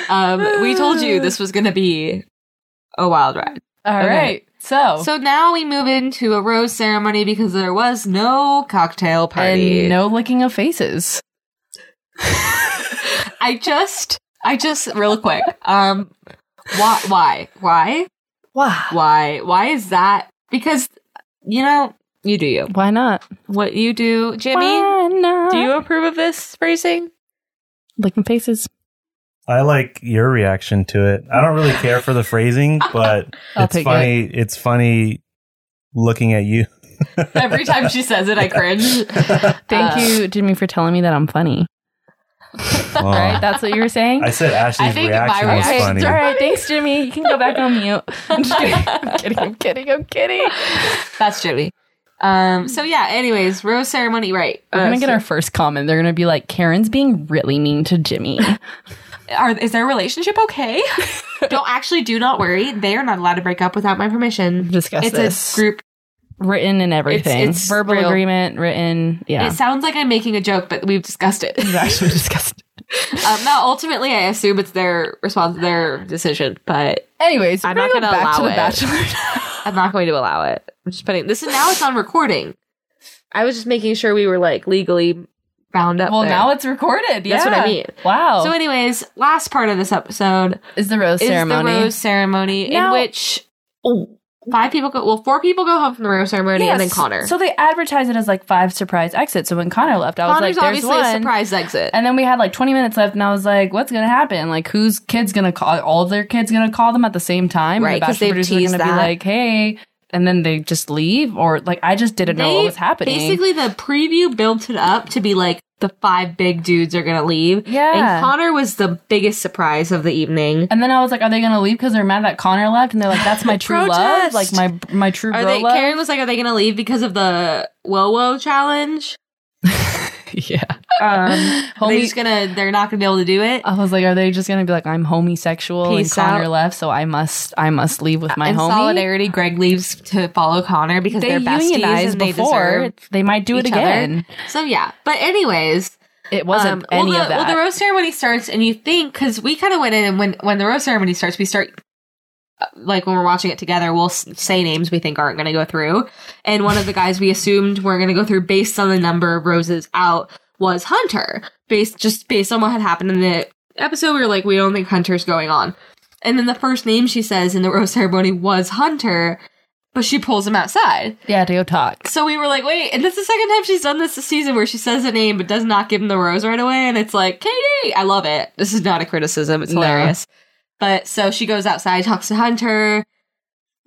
Speaker 3: Um, we told you this was going to be a wild ride.
Speaker 2: All
Speaker 3: Okay.
Speaker 2: right. So,
Speaker 3: So now we move into a rose ceremony because there was no cocktail party.
Speaker 2: and no licking of faces.
Speaker 3: I just, I just, real quick. Um, why, why, why,
Speaker 2: Wow.
Speaker 3: why, why is that? Because you know, you do you.
Speaker 2: Why not?
Speaker 3: What you do, Jimmy?
Speaker 2: Why not?
Speaker 3: Do you approve of this phrasing?
Speaker 2: licking faces?
Speaker 1: I like your reaction to it. I don't really care for the phrasing, but
Speaker 2: I'll
Speaker 1: it's
Speaker 2: take
Speaker 1: funny. It's funny looking at you.
Speaker 3: Every time she says it, I cringe.
Speaker 2: Thank
Speaker 3: Uh,
Speaker 2: you, Jimmy, for telling me that I'm funny.
Speaker 1: Aw.
Speaker 2: right? That's what you were saying?
Speaker 1: Oh. I said
Speaker 3: I
Speaker 1: Ashley's
Speaker 3: think my
Speaker 1: reaction was
Speaker 2: Okay,
Speaker 3: reaction-
Speaker 1: funny.
Speaker 2: All right. Thanks, Jimmy. You can go back on mute. I'm just kidding. I'm kidding. I'm kidding. I'm kidding.
Speaker 3: That's Jimmy. Um. So yeah. Anyways, rose ceremony. Right.
Speaker 2: We're
Speaker 3: Uh,
Speaker 2: going to get our first comment. They're going to be like, Karen's being really mean to Jimmy.
Speaker 3: are is their relationship okay? Don't actually do not worry. They are not allowed to break up without my permission.
Speaker 2: Discuss
Speaker 3: it's
Speaker 2: this.
Speaker 3: a group.
Speaker 2: written and everything.
Speaker 3: it's
Speaker 2: Verbal
Speaker 3: real.
Speaker 2: agreement, written. Yeah.
Speaker 3: It sounds like I'm making a joke, but we've discussed it.
Speaker 2: We've actually discussed.
Speaker 3: um, now, ultimately, I assume it's their response, their decision, but
Speaker 2: Anyways,
Speaker 3: I'm
Speaker 2: we're
Speaker 3: not
Speaker 2: gonna go
Speaker 3: gonna
Speaker 2: back to
Speaker 3: allow
Speaker 2: the
Speaker 3: it.
Speaker 2: Bachelor.
Speaker 3: I'm not going to allow it. I'm just putting this is now it's on recording. I was just making sure we were like legally bound up.
Speaker 2: well,
Speaker 3: there.
Speaker 2: now it's recorded.
Speaker 3: That's what I
Speaker 2: yeah. Oh.
Speaker 3: mean.
Speaker 2: Wow.
Speaker 3: So, anyways, last part of this episode
Speaker 2: is the rose
Speaker 3: is
Speaker 2: ceremony?
Speaker 3: the rose ceremony
Speaker 2: Now- oh,
Speaker 3: in which five people go. Well, four people go home from the rose ceremony, and then
Speaker 2: Yes.
Speaker 3: Connor.
Speaker 2: So they advertise it as like five surprise exits. So when Connor left, I
Speaker 3: Connor's
Speaker 2: was like, "There's
Speaker 3: obviously a
Speaker 2: one."
Speaker 3: surprise exit.
Speaker 2: And then we had like 20 minutes left, and I was like, "What's gonna happen? Like, whose kids gonna call? All of their kids gonna call them at the same time? And
Speaker 3: Right,
Speaker 2: The
Speaker 3: 'cause
Speaker 2: bachelor
Speaker 3: they've
Speaker 2: producers
Speaker 3: teased
Speaker 2: are gonna
Speaker 3: that.
Speaker 2: be like, "Hey," and then they just leave, or like I just didn't know
Speaker 3: They
Speaker 2: what was happening.
Speaker 3: Basically, the preview built it up to be like the five big dudes are gonna leave.
Speaker 2: yeah.
Speaker 3: And Connor was the biggest surprise of the evening.
Speaker 2: And then I was like, "Are they gonna leave because they're mad that Connor left?" And they're like, "That's my true love,
Speaker 3: Protest.
Speaker 2: like my my true
Speaker 3: Are
Speaker 2: bro
Speaker 3: they?
Speaker 2: love."
Speaker 3: Karen was like, "Are they gonna leave because of the whoa whoa challenge?
Speaker 2: yeah,
Speaker 3: Um, are they
Speaker 2: homie. Uh,
Speaker 3: just gonna? They're not gonna be able to do it."
Speaker 2: I was like, "Are they just gonna be like, I'm homosexual and
Speaker 3: Peace
Speaker 2: Connor
Speaker 3: out.
Speaker 2: left, so I must I must leave with my
Speaker 3: In
Speaker 2: homie."
Speaker 3: solidarity, Greg leaves to follow Connor because
Speaker 2: They
Speaker 3: they are besties
Speaker 2: unionized
Speaker 3: and they
Speaker 2: before.
Speaker 3: deserve.
Speaker 2: they might do it
Speaker 3: each other.
Speaker 2: again.
Speaker 3: So yeah, but anyways,
Speaker 2: It wasn't
Speaker 3: Um, well,
Speaker 2: any
Speaker 3: the,
Speaker 2: of that.
Speaker 3: Well, the rose ceremony starts, and you think because we kind of went in, and when when the rose ceremony starts, we start uh, like when we're watching it together, we'll s- say names we think aren't going to go through, and one of the guys we assumed were going to go through based on the number of roses out was Hunter, based just based on what had happened in the episode. We were like, we don't think Hunter's going on, and then the first name she says in the rose ceremony was Hunter. But she pulls him outside.
Speaker 2: yeah, to go talk.
Speaker 3: So we were like, wait, and that's the second time she's done this this season where she says a name but does not give him the rose right away. And it's like, Katie, I love it. This is not a criticism. It's
Speaker 2: No.
Speaker 3: hilarious. But so she goes outside, talks to Hunter.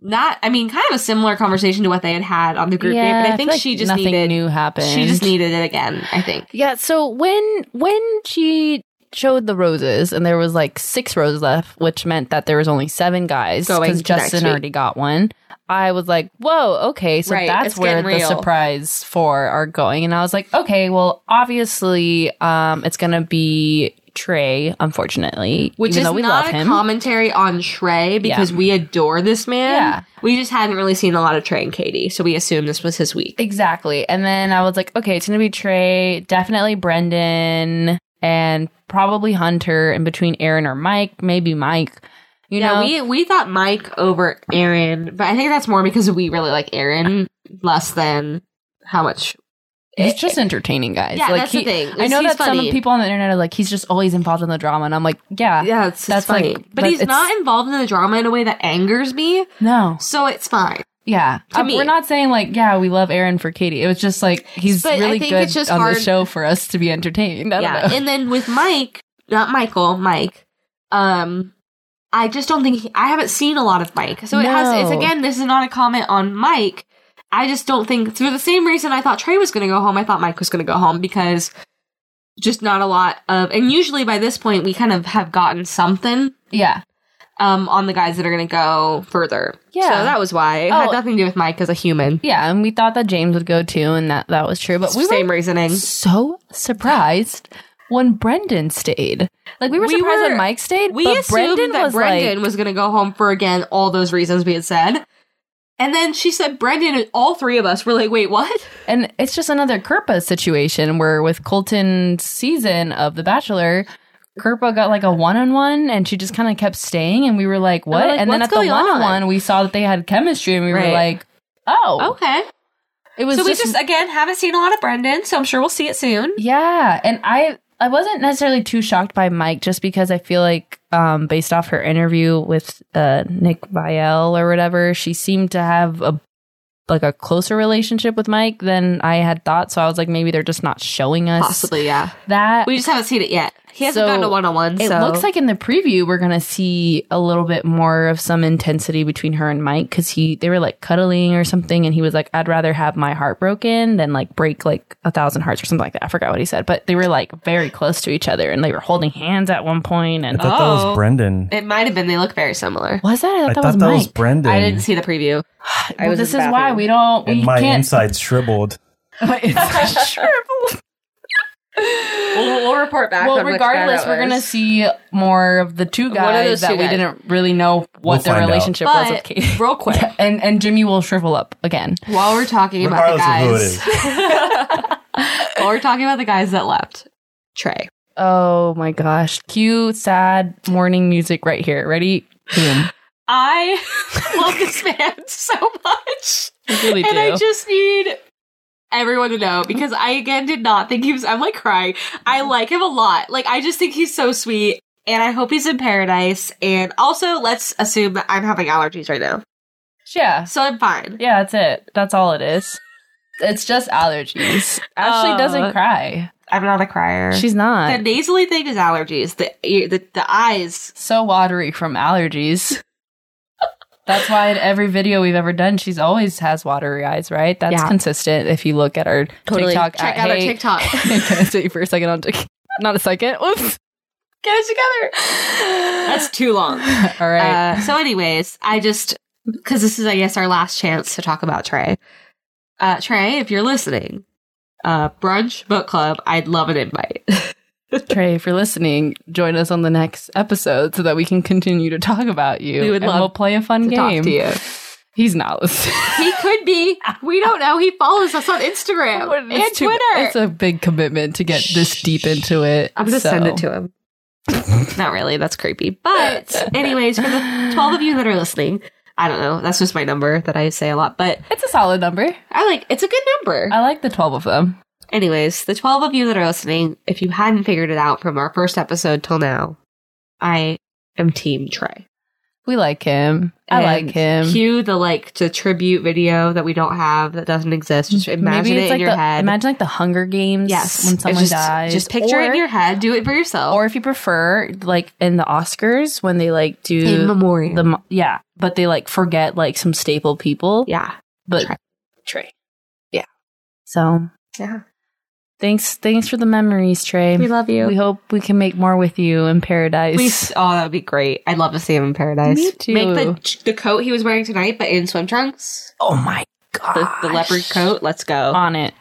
Speaker 3: Not, I mean, kind of a similar conversation to what they had had on the group date, but I think
Speaker 2: feel like
Speaker 3: she just
Speaker 2: nothing
Speaker 3: needed,
Speaker 2: new happened.
Speaker 3: she just needed it again, I think.
Speaker 2: Yeah, so when when she showed the roses and there was like six roses left, which meant that there was only seven guys
Speaker 3: Going to next
Speaker 2: Justin
Speaker 3: week.
Speaker 2: already got one. I was like, "Whoa, okay, so
Speaker 3: Right,
Speaker 2: that's
Speaker 3: it's
Speaker 2: where
Speaker 3: getting
Speaker 2: the
Speaker 3: real.
Speaker 2: surprise four are going." And I was like, "Okay, well, obviously, um, it's gonna be Trey, unfortunately,
Speaker 3: Which
Speaker 2: even
Speaker 3: is
Speaker 2: though we
Speaker 3: not
Speaker 2: love
Speaker 3: a
Speaker 2: him."
Speaker 3: commentary on Trey because we adore this man.
Speaker 2: Yeah.
Speaker 3: We just hadn't really seen a lot of Trey and Katie, so we assumed this was his week.
Speaker 2: Exactly. And then I was like, okay, it's going to be Trey, definitely Brendan, and probably Hunter in between Aaron or Mike, maybe Mike. You
Speaker 3: yeah,
Speaker 2: know,
Speaker 3: we we thought Mike over Aaron, but I think that's more because we really like Aaron less than how much.
Speaker 2: he's just entertaining, guys.
Speaker 3: yeah,
Speaker 2: like
Speaker 3: that's
Speaker 2: he,
Speaker 3: the thing.
Speaker 2: I
Speaker 3: is
Speaker 2: know
Speaker 3: he's
Speaker 2: that
Speaker 3: funny.
Speaker 2: some people on the internet are like, he's just always involved in the drama, and I'm like, yeah,
Speaker 3: Yeah, it's
Speaker 2: That's
Speaker 3: that's funny.
Speaker 2: like-
Speaker 3: but
Speaker 2: that-
Speaker 3: he's
Speaker 2: it's-
Speaker 3: not involved in the drama in a way that angers me,
Speaker 2: no,
Speaker 3: so it's fine.
Speaker 2: yeah.
Speaker 3: To
Speaker 2: Um,
Speaker 3: me.
Speaker 2: We're not saying like, yeah, we love Aaron for Katie. It was just like he's
Speaker 3: But I
Speaker 2: really
Speaker 3: think
Speaker 2: good
Speaker 3: it's just
Speaker 2: on the
Speaker 3: hard-
Speaker 2: show for us to be entertained. I
Speaker 3: Yeah,
Speaker 2: don't know.
Speaker 3: and then with Mike, not Michael, Mike. Um, I just don't think he, I haven't seen a lot of Mike, so it has. It's
Speaker 2: No.
Speaker 3: again, this is not a comment on Mike. I just don't think for the same reason I thought Trey was going to go home. I thought Mike was going to go home because just not a lot of, and usually by this point we kind of have gotten something
Speaker 2: yeah,
Speaker 3: um on the guys that are going to go further.
Speaker 2: Yeah.
Speaker 3: so that was why it had
Speaker 2: Oh.
Speaker 3: nothing to do with Mike as a human.
Speaker 2: yeah. And we thought that James would go too, and that that was true. But we were
Speaker 3: same reasoning.
Speaker 2: so surprised when Brendan stayed. Like we were
Speaker 3: We
Speaker 2: surprised
Speaker 3: were-
Speaker 2: when Mike stayed,
Speaker 3: We
Speaker 2: but
Speaker 3: assumed
Speaker 2: Brendan
Speaker 3: that
Speaker 2: was
Speaker 3: Brendan
Speaker 2: like,
Speaker 3: was going to go home for again all those reasons we had said. And then she said Brendan and all three of us were like, "Wait, what?"
Speaker 2: and it's just another Kerpa situation where with Colton's season of The Bachelor, Kerpa got like a one on one and she just kind of kept staying. And we were like, what?
Speaker 3: like,
Speaker 2: and then
Speaker 3: what's
Speaker 2: at the one
Speaker 3: going on?
Speaker 2: on one, we saw that they had chemistry and we were
Speaker 3: Right.
Speaker 2: like, oh,
Speaker 3: Okay.
Speaker 2: it was
Speaker 3: So we
Speaker 2: just,
Speaker 3: just again haven't seen a lot of Brendan, so I'm sure we'll see it soon.
Speaker 2: yeah. And I, I wasn't necessarily too shocked by Mike just because I feel like, um, based off her interview with uh, Nick Vielle or whatever, she seemed to have a like a closer relationship with Mike than I had thought. So I was like, maybe they're just not showing us
Speaker 3: Possibly, yeah.
Speaker 2: that.
Speaker 3: We just haven't seen it yet. He hasn't
Speaker 2: So,
Speaker 3: gotten a one on one.
Speaker 2: It
Speaker 3: so.
Speaker 2: looks like in the preview we're gonna see a little bit more of some intensity between her and Mike because he they were like cuddling or something, and he was like, "I'd rather have my heart broken than like break like a thousand hearts or something like that." I forgot what he said, but they were like very close to each other, and they were holding hands at one point.
Speaker 1: I
Speaker 2: And
Speaker 1: thought that
Speaker 3: Oh.
Speaker 1: was Brendan.
Speaker 3: it might have been. They look very similar.
Speaker 2: was that? I thought
Speaker 1: I
Speaker 2: that
Speaker 1: thought
Speaker 2: was
Speaker 1: that
Speaker 2: Mike.
Speaker 1: was Brendan.
Speaker 3: I didn't see the preview. I
Speaker 2: Well,
Speaker 3: was in
Speaker 2: this
Speaker 3: the
Speaker 2: is why
Speaker 3: bathroom.
Speaker 2: we don't. We
Speaker 1: and my
Speaker 2: can't.
Speaker 1: insides shriveled.
Speaker 2: My inside shriveled.
Speaker 3: We'll, we'll report back.
Speaker 2: well,
Speaker 3: on which guy
Speaker 2: regardless,
Speaker 3: that
Speaker 2: we're
Speaker 3: was.
Speaker 2: gonna see more of the two
Speaker 3: One of
Speaker 2: guys
Speaker 3: those
Speaker 2: that
Speaker 3: two
Speaker 2: we
Speaker 3: guys.
Speaker 2: didn't really know
Speaker 1: We'll
Speaker 2: what their
Speaker 1: find out.
Speaker 2: relationship was with
Speaker 3: But
Speaker 2: Katie.
Speaker 3: real quick,
Speaker 2: Yeah, and and Jimmy will shrivel up again.
Speaker 3: while we're talking about the
Speaker 1: Regardless
Speaker 3: guys, while we're talking about the guys that left, Trey.
Speaker 2: Oh my gosh! Cue sad morning music right here. Ready? Boom!
Speaker 3: I love this man so much.
Speaker 2: I really
Speaker 3: and I
Speaker 2: do.
Speaker 3: just need everyone to know because I again did not think he was. I'm like crying. I like him a lot. Like I just think he's so sweet, and I hope he's in paradise. And also, let's assume that I'm having allergies right now,
Speaker 2: yeah,
Speaker 3: so I'm fine.
Speaker 2: yeah. That's it. That's all it is. It's just allergies. Ashley
Speaker 3: Oh.
Speaker 2: doesn't cry.
Speaker 3: I'm not a crier.
Speaker 2: Uh, She's
Speaker 3: the
Speaker 2: not
Speaker 3: nasally thing is allergies. The ear, the, the eyes.
Speaker 2: so watery from allergies. That's why in every video we've ever done, she's always has watery eyes. Right? That's
Speaker 3: Yeah.
Speaker 2: consistent. If you look at our TikTok,
Speaker 3: Check
Speaker 2: at,
Speaker 3: out
Speaker 2: hey-
Speaker 3: our TikTok.
Speaker 2: Can I sit for a second on TikTok? Not a second. Oops.
Speaker 3: Get it together. That's too long.
Speaker 2: All right.
Speaker 3: Uh, so, anyways, I just because this is, I guess, our last chance to talk about Trey. Uh, Trey, if you're listening, uh, brunch book club, I'd love an invite.
Speaker 2: Trey, if you're listening, join us on the next episode so that we can continue to talk about you.
Speaker 3: We would
Speaker 2: and
Speaker 3: love
Speaker 2: we'll play a fun
Speaker 3: to
Speaker 2: game.
Speaker 3: talk to you.
Speaker 2: He's not listening.
Speaker 3: he could be. We don't know. He follows us on Instagram
Speaker 2: What-
Speaker 3: and
Speaker 2: it's too- It's
Speaker 3: Twitter.
Speaker 2: a big commitment to get this deep into it.
Speaker 3: I'm gonna
Speaker 2: so-
Speaker 3: send it to him. Not really. That's creepy. But anyways, for the twelve of you that are listening, I don't know. That's just my number that I say a lot, but
Speaker 2: It's a solid number.
Speaker 3: I like. It's a good number.
Speaker 2: I like the twelve of them.
Speaker 3: Anyways, the 12 of you that are listening, if you hadn't figured it out from our first episode till now, I am team Trey.
Speaker 2: We like him. I like him.
Speaker 3: Cue the like to tribute video that we don't have that doesn't exist. Just imagine it in
Speaker 2: like
Speaker 3: your
Speaker 2: the,
Speaker 3: head.
Speaker 2: Imagine like the Hunger Games.
Speaker 3: yes,
Speaker 2: when someone
Speaker 3: just,
Speaker 2: dies.
Speaker 3: Just picture
Speaker 2: or,
Speaker 3: it in your head. Do it for yourself.
Speaker 2: Or if you prefer, like in the Oscars when they like do
Speaker 3: in memoriam.
Speaker 2: the mo- yeah, but they like forget like some staple people.
Speaker 3: yeah,
Speaker 2: but
Speaker 3: Trey.
Speaker 2: Trey. Yeah. So
Speaker 3: yeah.
Speaker 2: thanks, thanks for the memories, Trey.
Speaker 3: We love you.
Speaker 2: We hope we can make more with you in paradise.
Speaker 3: We- oh, that would be great. I'd love to see him in paradise.
Speaker 2: Me too.
Speaker 3: Make the the coat he was wearing tonight, but in swim trunks.
Speaker 2: oh my
Speaker 3: The,
Speaker 2: god,
Speaker 3: the leopard coat. Let's go.
Speaker 2: on it.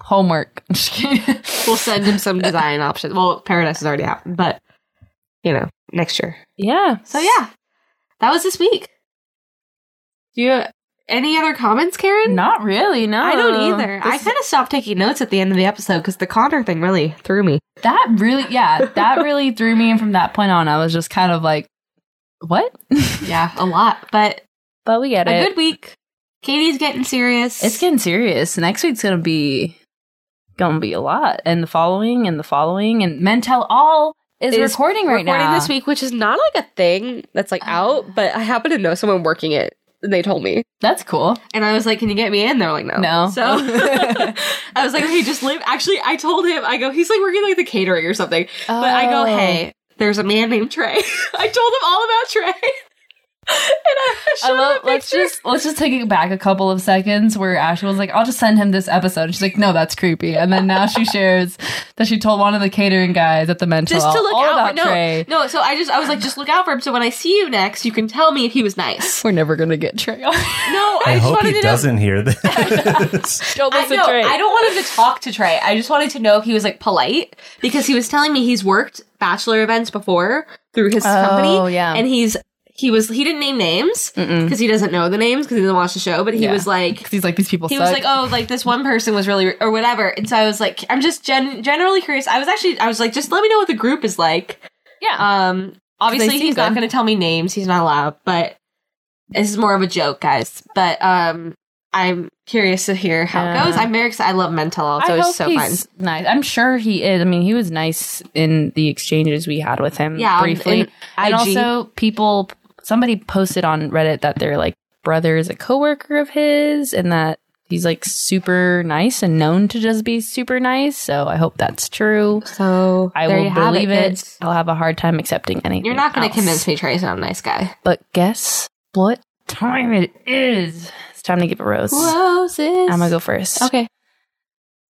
Speaker 2: Homework. Just kidding.
Speaker 3: we'll send him some design options. Well, Paradise has already happened, but you know, next year.
Speaker 2: yeah.
Speaker 3: So yeah, that was this week. Do you have any other comments, Karen?
Speaker 2: Not really. No,
Speaker 3: I don't either. I
Speaker 2: This-
Speaker 3: kind of stopped taking notes at the end of the episode because the Connor thing really threw me.
Speaker 2: that really, yeah, that really threw me. And from that point on, I was just kind of like, what?
Speaker 3: Yeah, a lot, but
Speaker 2: But we get
Speaker 3: a
Speaker 2: it.
Speaker 3: good week. Katie's getting serious.
Speaker 2: It's getting serious. Next week's gonna be gonna be a lot, and the following, and the following, and Mentel All is,
Speaker 3: Is
Speaker 2: recording right now.
Speaker 3: this week, which is not like a thing that's like out, but I happen to know someone working it. And they told me,
Speaker 2: That's cool.
Speaker 3: and I was like, "Can you get me in?" They're like, "No."
Speaker 2: No.
Speaker 3: So I was like, okay, just leave. Actually, I told him, I go, he's like working like the catering or something. But I
Speaker 2: Oh.
Speaker 3: go, hey, there's a man named Trey. I told him all about Trey. and I
Speaker 2: I
Speaker 3: showed
Speaker 2: love-
Speaker 3: him a
Speaker 2: let's
Speaker 3: picture.
Speaker 2: just let's just take it back a couple of seconds where Ashley was like, "I'll just send him this episode." And she's like, "No, that's creepy." And then now she shares that she told one of the catering guys at the mental
Speaker 3: Just to look
Speaker 2: all
Speaker 3: out
Speaker 2: about
Speaker 3: for no,
Speaker 2: Trey.
Speaker 3: no. So I just I was like, just look out for him. So when I see you next, you can tell me if he was nice.
Speaker 2: We're never gonna get Trey. on.
Speaker 3: No, I,
Speaker 1: I,
Speaker 3: just
Speaker 1: hope
Speaker 3: wanted
Speaker 1: he
Speaker 3: to know.
Speaker 1: doesn't hear this.
Speaker 2: Don't
Speaker 3: I,
Speaker 2: listen,
Speaker 3: no,
Speaker 2: Trey.
Speaker 3: I don't want him to talk to Trey. I just wanted to know if he was like polite because he was telling me he's worked bachelor events before through his
Speaker 2: Oh,
Speaker 3: company.
Speaker 2: yeah.
Speaker 3: and he's he was he didn't name names because he doesn't know the names because he doesn't watch the show. But he
Speaker 2: Yeah.
Speaker 3: was like,
Speaker 2: 'Cause he's like these people.
Speaker 3: he
Speaker 2: suck.
Speaker 3: was like, "Oh, like this one person was really or whatever," and so I was like, "I'm just gen- generally curious." I was actually, I was like, "Just let me know what the group is like,"
Speaker 2: Yeah.
Speaker 3: Um,
Speaker 2: They
Speaker 3: obviously,
Speaker 2: seem
Speaker 3: he's not
Speaker 2: good.
Speaker 3: going to tell me names. He's not allowed. But this is more of a joke, guys. But um, I'm curious to hear how
Speaker 2: Yeah.
Speaker 3: it goes. I'm very excited. I love mental health. So it's so fun.
Speaker 2: he's nice. I'm sure he is. I mean, he was nice in the exchanges we had with him
Speaker 3: Yeah, on-
Speaker 2: briefly.
Speaker 3: in
Speaker 2: and
Speaker 3: IG.
Speaker 2: also, people, somebody posted on Reddit that their like brother is a coworker of his, and that he's like super nice and known to just be super nice. So I hope that's true.
Speaker 3: so
Speaker 2: I
Speaker 3: there you
Speaker 2: will
Speaker 3: have
Speaker 2: believe it.
Speaker 3: kids.
Speaker 2: I'll have a hard time accepting anything.
Speaker 3: You're not going to
Speaker 2: else.
Speaker 3: convince me, Trace. I'm a nice guy.
Speaker 2: But guess what time it is? It's time to give a rose.
Speaker 3: Roses.
Speaker 2: I'm gonna go first.
Speaker 3: Okay.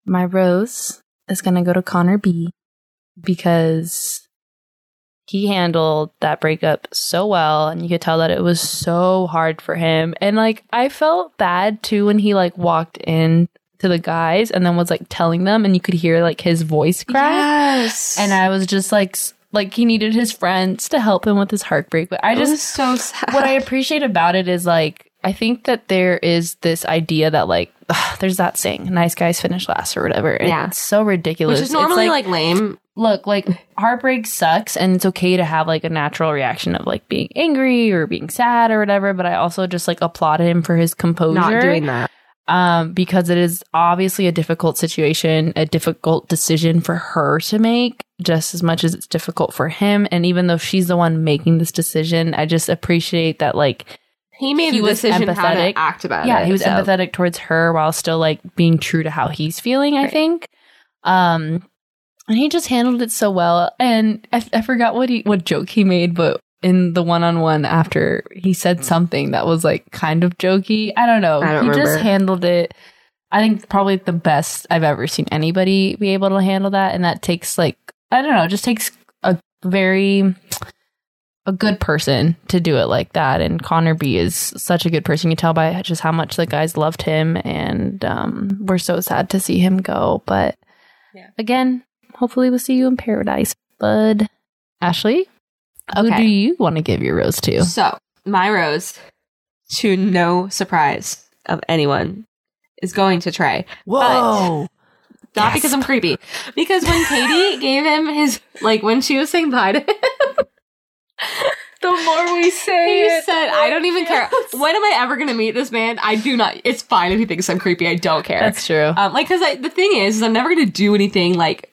Speaker 2: My rose is gonna go to Connor B because he handled that breakup so well and you could tell that it was so hard for him. And like I felt bad too when he like walked in to the guys and then was like telling them and you could hear like his voice crack.
Speaker 3: Yes.
Speaker 2: And I was just like s- like he needed his friends to help him with his heartbreak. But I
Speaker 3: It was
Speaker 2: just
Speaker 3: so sad.
Speaker 2: what I appreciate about it is like I think that there is this idea that like ugh, there's that saying nice guys finish last or whatever. And
Speaker 3: Yeah.
Speaker 2: it's so ridiculous.
Speaker 3: which is
Speaker 2: It's
Speaker 3: normally like, lame.
Speaker 2: look like heartbreak sucks and it's okay to have like a natural reaction of like being angry or being sad or whatever. But I also just like applaud him for his composure
Speaker 3: Not doing that.
Speaker 2: um, because it is obviously a difficult situation, a difficult decision for her to make, just as much as it's difficult for him. And even though she's the one making this decision, I just appreciate that like
Speaker 3: He made
Speaker 2: He
Speaker 3: the
Speaker 2: was
Speaker 3: decision how
Speaker 2: empathetic.
Speaker 3: to act about it.
Speaker 2: yeah, he was
Speaker 3: so.
Speaker 2: empathetic towards her while still like being true to how he's feeling, I
Speaker 3: Right.
Speaker 2: think. Um and he just handled it so well. And I, I forgot what he what joke he made, but in the one on one after he said something that was like kind of jokey. I don't know.
Speaker 3: I don't
Speaker 2: he just
Speaker 3: remember.
Speaker 2: handled it. I think probably the best I've ever seen anybody be able to handle that. And that takes like I don't know, it just takes a very a good person to do it like that. And Connor B is such a good person. You can tell by just how much the guys loved him, and um, we're so sad to see him go. But
Speaker 3: Yeah.
Speaker 2: again, hopefully we'll see you in paradise, bud. Ashley, who
Speaker 3: Okay.
Speaker 2: do you want to give your rose to?
Speaker 3: So, my rose, to no surprise of anyone, is going to Trey. Whoa. Not
Speaker 2: Gasp.
Speaker 3: because I'm creepy, because when Katie gave him his, like, when she was saying bye to him,
Speaker 2: the more we say
Speaker 3: he said, I don't even care. When am I ever going to meet this man? I do not. It's fine if he thinks I'm creepy. I don't care.
Speaker 2: That's true.
Speaker 3: Um, like, because the thing is, is I'm never gonna do anything like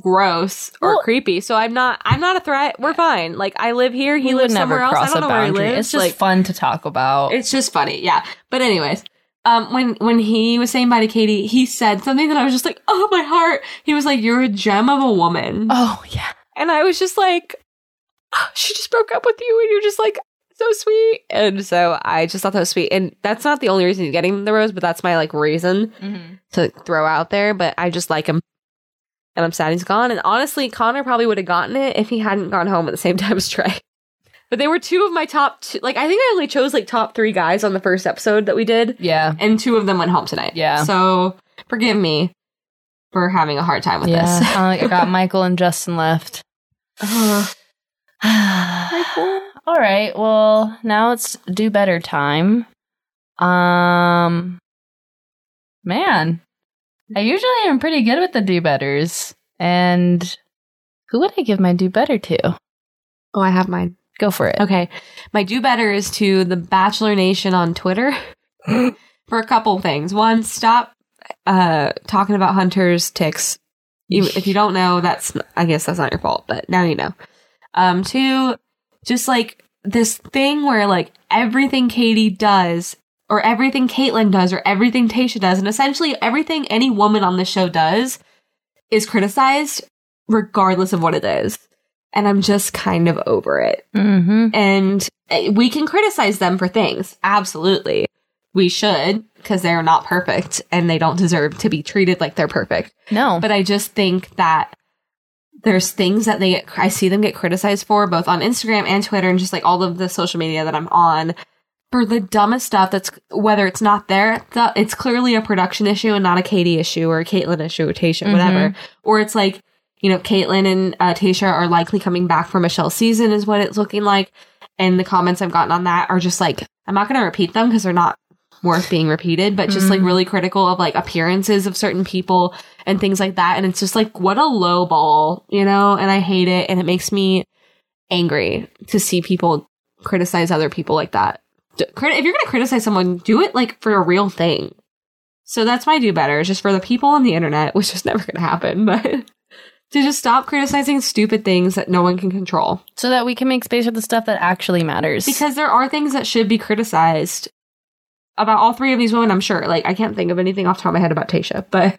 Speaker 3: gross or
Speaker 2: Well-
Speaker 3: creepy. So I'm not. I'm not a threat. We're fine. Like I live here. He
Speaker 2: We would
Speaker 3: lives somewhere else. I don't know where he lives.
Speaker 2: It's just
Speaker 3: like,
Speaker 2: fun to talk about.
Speaker 3: It's just funny. Yeah. But anyways. Um, when when he was saying bye to Katie, he said something that I was just like, "Oh my heart!" He was like, "You're a gem of a woman,"
Speaker 2: oh yeah,
Speaker 3: and I was just like, "Oh, "She just broke up with you, and you're just like so sweet." And so I just thought that was sweet, and that's not the only reason he's getting the rose, but that's my like reason to throw out there, but I just like him. And I'm sad he's gone. And honestly, Connor probably would have gotten it if he hadn't gone home at the same time as Trey. But they were two of my top two. Like, I think I only chose like top three guys on the first episode that we did,
Speaker 2: yeah.
Speaker 3: and two of them went home tonight.
Speaker 2: Yeah.
Speaker 3: So forgive me for having a hard time with
Speaker 2: Yeah,
Speaker 3: this.
Speaker 2: I like- I got Michael and Justin left.
Speaker 3: Ugh.
Speaker 2: All right. Well, now it's do better time. Um, man, I usually am pretty good with the do betters. And who would I give my do better to?
Speaker 3: oh, I have mine.
Speaker 2: Go for it.
Speaker 3: Okay. My do better is to the Bachelor Nation on Twitter for a couple things. One, stop uh, talking about Hunter's ticks Even if you don't know, that's I guess that's not your fault, but now you know. Um, two, just like this thing where like everything Katie does, or everything Caitlyn does, or everything Tasha does, and essentially everything any woman on this show does is criticized, regardless of what it is. And I'm just kind of over it
Speaker 2: Mm-hmm.
Speaker 3: and uh, we can criticize them for things absolutely we should because they're not perfect and they don't deserve to be treated like they're perfect
Speaker 2: No.
Speaker 3: but i just think that there's things that they get i see them get criticized for both on instagram and twitter and just like all of the social media that i'm on for the dumbest stuff that's whether it's not there th- it's clearly a production issue and not a katie issue or a caitlyn issue or tasha whatever or it's like you know caitlyn and uh, tasha are likely coming back for michelle's season is what it's looking like and the comments i've gotten on that are just like i'm not going to repeat them because they're not worth being repeated but just like
Speaker 2: Mhm.
Speaker 3: really critical of like appearances of certain people and things like that and it's just like what a low ball you know and i hate it and it makes me angry to see people criticize other people like that. D- crit- If you're going to criticize someone, do it like for a real thing. So that's my do better, is just for the people on the internet, which is never going to happen, but to just stop criticizing stupid things that no one can control.
Speaker 2: so that we can make space for the stuff that actually matters.
Speaker 3: Because there are things that should be criticized about all three of these women, I'm sure. Like, I can't think of anything off the top of my head about Tasha, but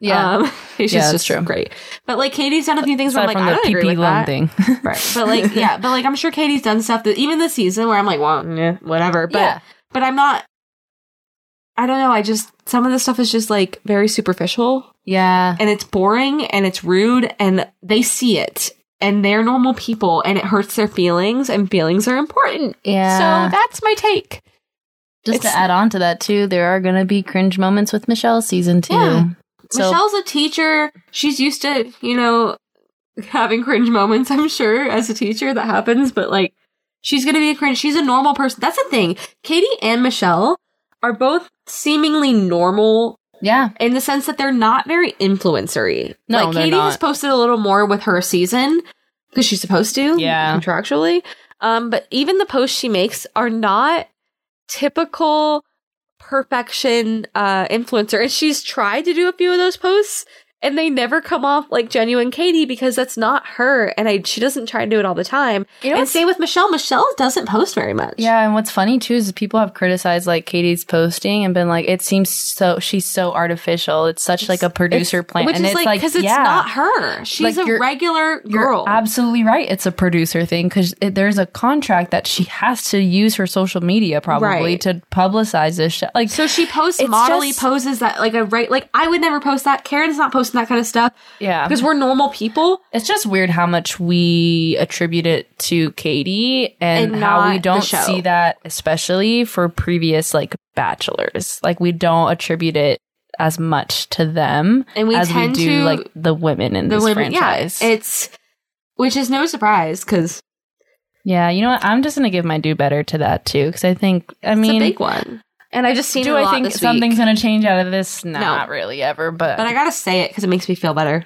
Speaker 2: yeah,
Speaker 3: um, Tasha's
Speaker 2: Yeah, that's
Speaker 3: just
Speaker 2: true.
Speaker 3: great. But like, Katie's done a few things where I'm
Speaker 2: aside
Speaker 3: like,
Speaker 2: from the
Speaker 3: I don't agree
Speaker 2: PP
Speaker 3: with
Speaker 2: loan
Speaker 3: that.
Speaker 2: thing,
Speaker 3: Right. But like, yeah, but like, I'm sure Katie's done stuff that even this season where I'm like, well, meh, whatever. But,
Speaker 2: yeah,
Speaker 3: but I'm not, I don't know. I just, some of the stuff is just like very superficial
Speaker 2: yeah,
Speaker 3: and it's boring and it's rude and they see it and they're normal people and it hurts their feelings and feelings are important.
Speaker 2: yeah.
Speaker 3: So that's my take.
Speaker 2: Just to
Speaker 3: It's-
Speaker 2: add on to that too, there are gonna be cringe moments with Michelle season two.
Speaker 3: Yeah.
Speaker 2: So
Speaker 3: Michelle's a teacher. She's used to, you know, having cringe moments, I'm sure, as a teacher that happens, but like she's going to be a cringe. She's a normal person. That's the thing. Katie and Michelle are both seemingly normal
Speaker 2: yeah,
Speaker 3: in the sense that they're not very influencery.
Speaker 2: No,
Speaker 3: like
Speaker 2: they're
Speaker 3: Katie has
Speaker 2: not.
Speaker 3: posted a little more with her season because she's supposed to,
Speaker 2: Yeah.
Speaker 3: contractually. Um, but even the posts she makes are not typical perfection uh influencer, and she's tried to do a few of those posts. And they never come off like genuine Katie because that's not her, and I, she doesn't try to do it all the time.
Speaker 2: you know
Speaker 3: and same with Michelle. Michelle doesn't post very much.
Speaker 2: Yeah, and what's funny too is people have criticized like Katie's posting and been like, it seems so she's so artificial. It's such like a producer
Speaker 3: It's-
Speaker 2: plant,
Speaker 3: which
Speaker 2: and
Speaker 3: is
Speaker 2: it's like
Speaker 3: like because it's
Speaker 2: yeah,
Speaker 3: not her. She's
Speaker 2: Like,
Speaker 3: a
Speaker 2: you're-
Speaker 3: regular
Speaker 2: You're
Speaker 3: girl.
Speaker 2: absolutely right. It's a producer thing because there's a contract that she has to use her social media probably
Speaker 3: Right.
Speaker 2: to publicize this. Sh- like,
Speaker 3: So she posts
Speaker 2: It's
Speaker 3: modelly
Speaker 2: just-
Speaker 3: poses that like a right like I would never post that. Karen's not posting that kind of stuff
Speaker 2: yeah,
Speaker 3: because we're normal people
Speaker 2: it's just weird how much we attribute it to Katie and,
Speaker 3: And
Speaker 2: how we
Speaker 3: not the
Speaker 2: don't
Speaker 3: show.
Speaker 2: see that, especially for previous like bachelors. Like we don't attribute it as much to them
Speaker 3: and we
Speaker 2: as we
Speaker 3: tend
Speaker 2: do
Speaker 3: to
Speaker 2: like the women in
Speaker 3: the
Speaker 2: this
Speaker 3: women
Speaker 2: franchise.
Speaker 3: yeah it's which is no surprise because
Speaker 2: yeah, you know what? I'm just gonna give my do better to that too because I think I
Speaker 3: it's a
Speaker 2: mean.
Speaker 3: big one and I just seen
Speaker 2: do
Speaker 3: it a
Speaker 2: I
Speaker 3: lot
Speaker 2: think
Speaker 3: this
Speaker 2: something's
Speaker 3: week.
Speaker 2: gonna change out of this?
Speaker 3: No.
Speaker 2: Not really ever, but,
Speaker 3: but I gotta say it because it makes me feel better.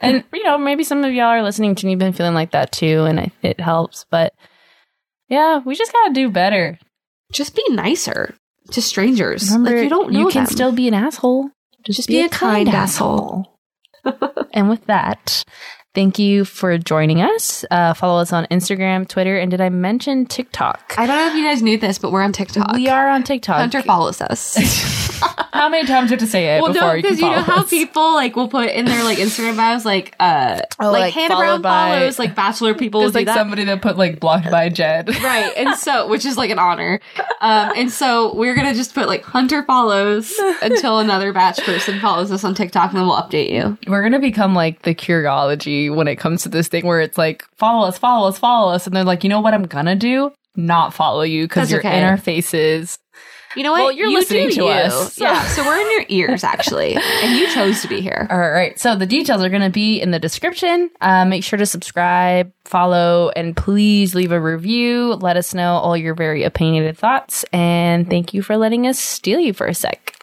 Speaker 2: and you know maybe some of y'all are listening to and you've been feeling like that too, and I, it helps. But yeah, we just gotta do better.
Speaker 3: Just be nicer to strangers. like you don't know
Speaker 2: you can
Speaker 3: them.
Speaker 2: still be an asshole.
Speaker 3: Just be a kind
Speaker 2: asshole. and with that, thank you for joining us. Uh, follow us on Instagram, Twitter, and did I mention TikTok?
Speaker 3: I don't know if you guys knew this, but we're on TikTok.
Speaker 2: We are on TikTok.
Speaker 3: Hunter follows us.
Speaker 2: how many times do you have to say it
Speaker 3: well,
Speaker 2: before
Speaker 3: no,
Speaker 2: you can
Speaker 3: because you
Speaker 2: follow
Speaker 3: know how
Speaker 2: us?
Speaker 3: people like will put in their like Instagram bios like uh
Speaker 2: Oh,
Speaker 3: like,
Speaker 2: like,
Speaker 3: Hannah Brown
Speaker 2: followed by-
Speaker 3: follows like Bachelor people will
Speaker 2: There's
Speaker 3: do
Speaker 2: like
Speaker 3: that.
Speaker 2: somebody that put like blocked by Jed.
Speaker 3: right and so which is like an honor um and so we're gonna just put like hunter follows until another batch person follows us on tiktok and then we'll update you
Speaker 2: We're gonna become like the curiology when it comes to this thing where it's like follow us, follow us, follow us, and they're like, you know what I'm gonna do? Not follow you because
Speaker 3: That's
Speaker 2: you're
Speaker 3: okay.
Speaker 2: in our faces.
Speaker 3: you know what
Speaker 2: Well, you're
Speaker 3: You
Speaker 2: listening
Speaker 3: do
Speaker 2: to
Speaker 3: you.
Speaker 2: us, so-
Speaker 3: yeah so we're in your ears actually and you chose to be here
Speaker 2: All right. So the details are going to be in the description. Uh, make sure to subscribe, follow, and please leave a review. Let us know all your very opinionated thoughts. And thank you for letting us steal you for a sec.